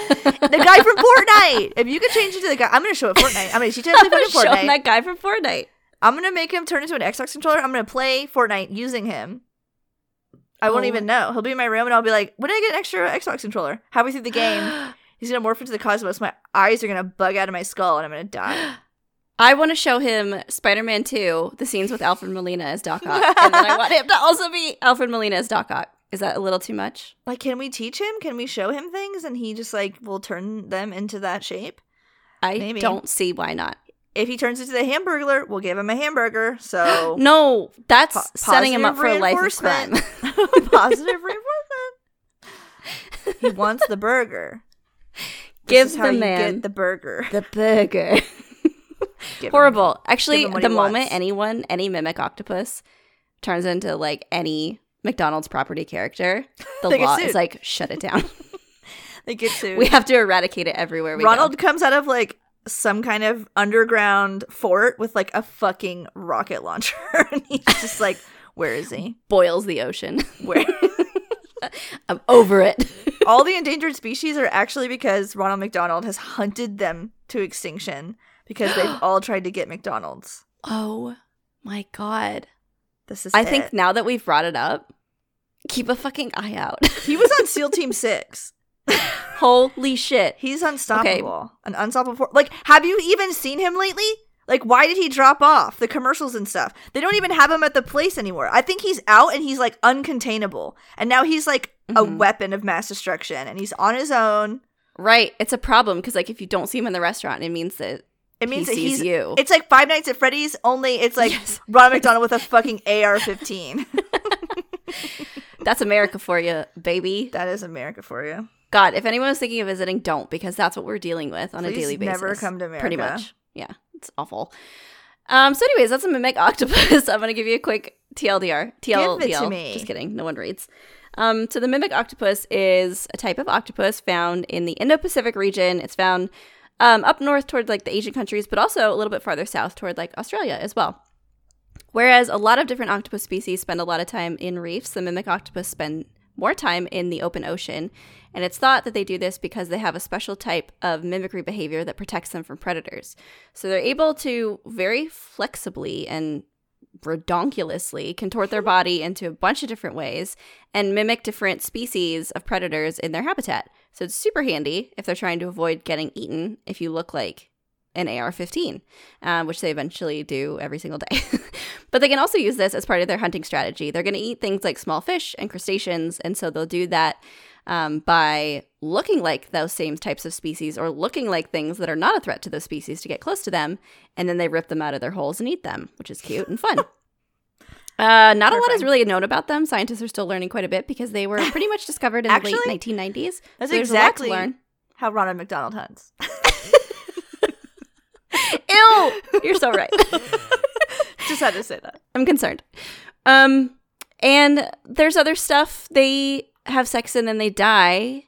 Speaker 2: the guy from Fortnite. If you could change it to the guy, I'm gonna show it Fortnite. I'm gonna teach him to play
Speaker 1: Showing
Speaker 2: Fortnite.
Speaker 1: that guy from Fortnite.
Speaker 2: I'm gonna make him turn into an Xbox controller. I'm gonna play Fortnite using him. I won't
Speaker 1: Oh.
Speaker 2: even know. He'll be in my room, and I'll be like, "When did I get an extra Xbox controller?" Halfway through the game, he's gonna morph into the cosmos. My eyes are gonna bug out of my skull, and I'm gonna die.
Speaker 1: I want to show him Spider-Man 2, the scenes with Alfred Molina as Doc Ock, and then I want him to also be Alfred Molina as Doc Ock. Is that a little too much?
Speaker 2: Like, can we teach him? Can we show him things, and he just like will turn them into that shape?
Speaker 1: I
Speaker 2: Maybe.
Speaker 1: don't see why not.
Speaker 2: If he turns into the Hamburglar, we'll give him a hamburger. So
Speaker 1: No, that's
Speaker 2: Po-
Speaker 1: setting him up
Speaker 2: positive
Speaker 1: for a life of crime.
Speaker 2: reinforcement. positive reinforcement. He wants the burger. This
Speaker 1: Give
Speaker 2: is
Speaker 1: the
Speaker 2: how you
Speaker 1: man
Speaker 2: get the burger.
Speaker 1: the burger.
Speaker 2: Give him-
Speaker 1: Horrible. Actually,
Speaker 2: him what
Speaker 1: the
Speaker 2: he
Speaker 1: moment
Speaker 2: wants.
Speaker 1: anyone, any mimic octopus, turns into like any McDonald's property character, the
Speaker 2: They get
Speaker 1: law
Speaker 2: sued.
Speaker 1: is like shut it down.
Speaker 2: They get sued.
Speaker 1: we have to eradicate it everywhere we
Speaker 2: Ronald comes out of like some kind of underground fort with like a fucking rocket launcher, and he's just like, "Where is he?
Speaker 1: go. Boils the ocean.
Speaker 2: Where?"
Speaker 1: I'm over it.
Speaker 2: All the endangered species are actually because Ronald McDonald has hunted them to extinction because they've all tried to get McDonald's.
Speaker 1: Oh my god.
Speaker 2: This is.
Speaker 1: I
Speaker 2: it.
Speaker 1: think now that we've brought it up, keep a fucking eye out.
Speaker 2: he was on SEAL Team Six.
Speaker 1: Holy shit.
Speaker 2: He's unstoppable. An unstoppable. for- Like, have you even seen him lately? Like, why did he drop off the commercials and stuff? They don't even have him at the place anymore. I think he's out and he's like uncontainable. And now he's like a
Speaker 1: Mhm.
Speaker 2: weapon of mass destruction and he's on his own.
Speaker 1: Right. It's a problem because like if you don't see him in the restaurant, it means that
Speaker 2: It means
Speaker 1: he
Speaker 2: that
Speaker 1: sees
Speaker 2: he's.
Speaker 1: you.
Speaker 2: It's like Five Nights at Freddy's, only it's like
Speaker 1: Yes.
Speaker 2: Ronald McDonald with a fucking AR 15.
Speaker 1: That's America for you, baby.
Speaker 2: that is America for you.
Speaker 1: God, if anyone is thinking of visiting, don't because that's what we're dealing with on a
Speaker 2: Please
Speaker 1: daily basis.
Speaker 2: never come to America.
Speaker 1: Pretty much. Yeah. It's awful. Um, so anyways, that's a mimic octopus. I'm gonna give you a quick TLDR. TL,
Speaker 2: Give it to me.
Speaker 1: Just kidding. No one reads. Um, so the mimic octopus is a type of octopus found in the Indo-Pacific region. It's found um, up north toward like the Asian countries, but also a little bit farther south toward like Australia as well. Whereas a lot of different octopus species spend a lot of time in reefs, the mimic octopus spend more time in the open ocean. And it's thought that they do this because they have a special type of mimicry behavior that protects them from predators. So they're able to very flexibly and redonkulously contort their body into a bunch of different ways and mimic different species of predators in their habitat. So it's super handy if they're trying to avoid getting eaten if you look like an AR 15, um, which they eventually do every single day. but they can also use this as part of their hunting strategy. They're going to eat things like small fish and crustaceans. And so they'll do that um, by looking like those same types of species or looking like things that are not a threat to those species to get close to them. And then they rip them out of their holes and eat them, which is cute and fun. Uh, not a lot is
Speaker 2: Terrifying.
Speaker 1: really known about them. Scientists are still learning quite a bit because they were pretty much discovered in
Speaker 2: Actually,
Speaker 1: the late 1990s.
Speaker 2: That's
Speaker 1: So there's a lot to
Speaker 2: exactly
Speaker 1: learn.
Speaker 2: how Ronald McDonald hunts.
Speaker 1: Ew, you're so right.
Speaker 2: Just had to say that.
Speaker 1: I'm concerned. Um, and there's other stuff. They have sex and then they die,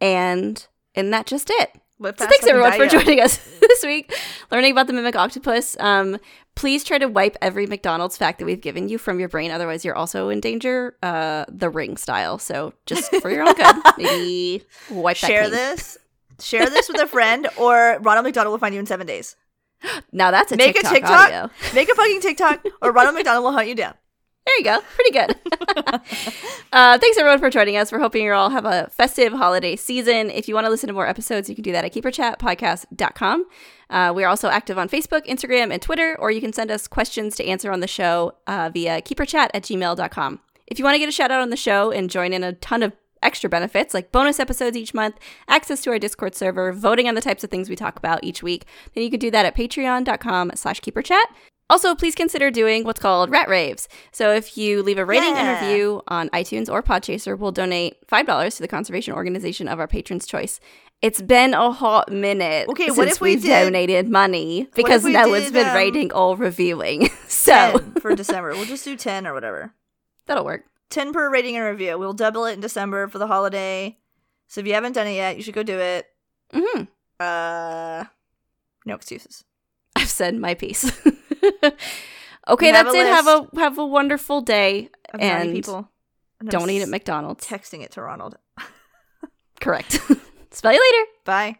Speaker 1: and and that's just it.
Speaker 2: Live
Speaker 1: So
Speaker 2: fast,
Speaker 1: thanks
Speaker 2: fucking
Speaker 1: everyone
Speaker 2: die
Speaker 1: for
Speaker 2: young.
Speaker 1: joining us this week, learning about the mimic octopus. Um, please try to wipe every McDonald's fact that we've given you from your brain, otherwise you're also in danger. Uh, the ring style. So just for your own good, maybe wipe that
Speaker 2: Share
Speaker 1: clean.
Speaker 2: this. Share this with a friend, or Ronald McDonald will find you in seven days.
Speaker 1: Now that's a
Speaker 2: Make a
Speaker 1: TikTok
Speaker 2: TikTok.
Speaker 1: audio.
Speaker 2: Make a fucking TikTok, or Ronald McDonald will hunt you down.
Speaker 1: There you go. Pretty good. uh, thanks everyone for joining us. We're hoping you all have a festive holiday season. If you want to listen to more episodes, you can do that at keeperchatpodcast.com. Uh, we are also active on Facebook, Instagram, and Twitter, or you can send us questions to answer on the show uh, via keeperchat at gmail.com. If you want to get a shout out on the show and join in a ton of extra benefits like bonus episodes each month, access to our Discord server, voting on the types of things we talk about each week, then you can do that at patreon.com slash keeperchat. Also, please consider doing what's called rat raves. So if you leave a rating
Speaker 2: Yeah.
Speaker 1: and review on iTunes or Podchaser, we'll donate $5 to the conservation organization of our patrons' choice. It's been a hot minute
Speaker 2: Okay,
Speaker 1: since
Speaker 2: what if we
Speaker 1: have
Speaker 2: did-
Speaker 1: donated money because
Speaker 2: we
Speaker 1: no one's
Speaker 2: did,
Speaker 1: been
Speaker 2: um,
Speaker 1: rating or reviewing. so
Speaker 2: 10 for December, we'll just do ten or whatever.
Speaker 1: that'll work.
Speaker 2: Ten per rating and review. We'll double it in December for the holiday. So if you haven't done it yet, you should go do it.
Speaker 1: hmm
Speaker 2: Uh, no excuses.
Speaker 1: I've said my piece. okay,
Speaker 2: We have
Speaker 1: that's
Speaker 2: a
Speaker 1: it. Have
Speaker 2: list.
Speaker 1: a have a wonderful day.
Speaker 2: Of naughty
Speaker 1: And
Speaker 2: people. And I'm
Speaker 1: Don't eat at
Speaker 2: s-
Speaker 1: McDonald's.
Speaker 2: Texting it to Ronald.
Speaker 1: Correct. Spell you later.
Speaker 2: Bye.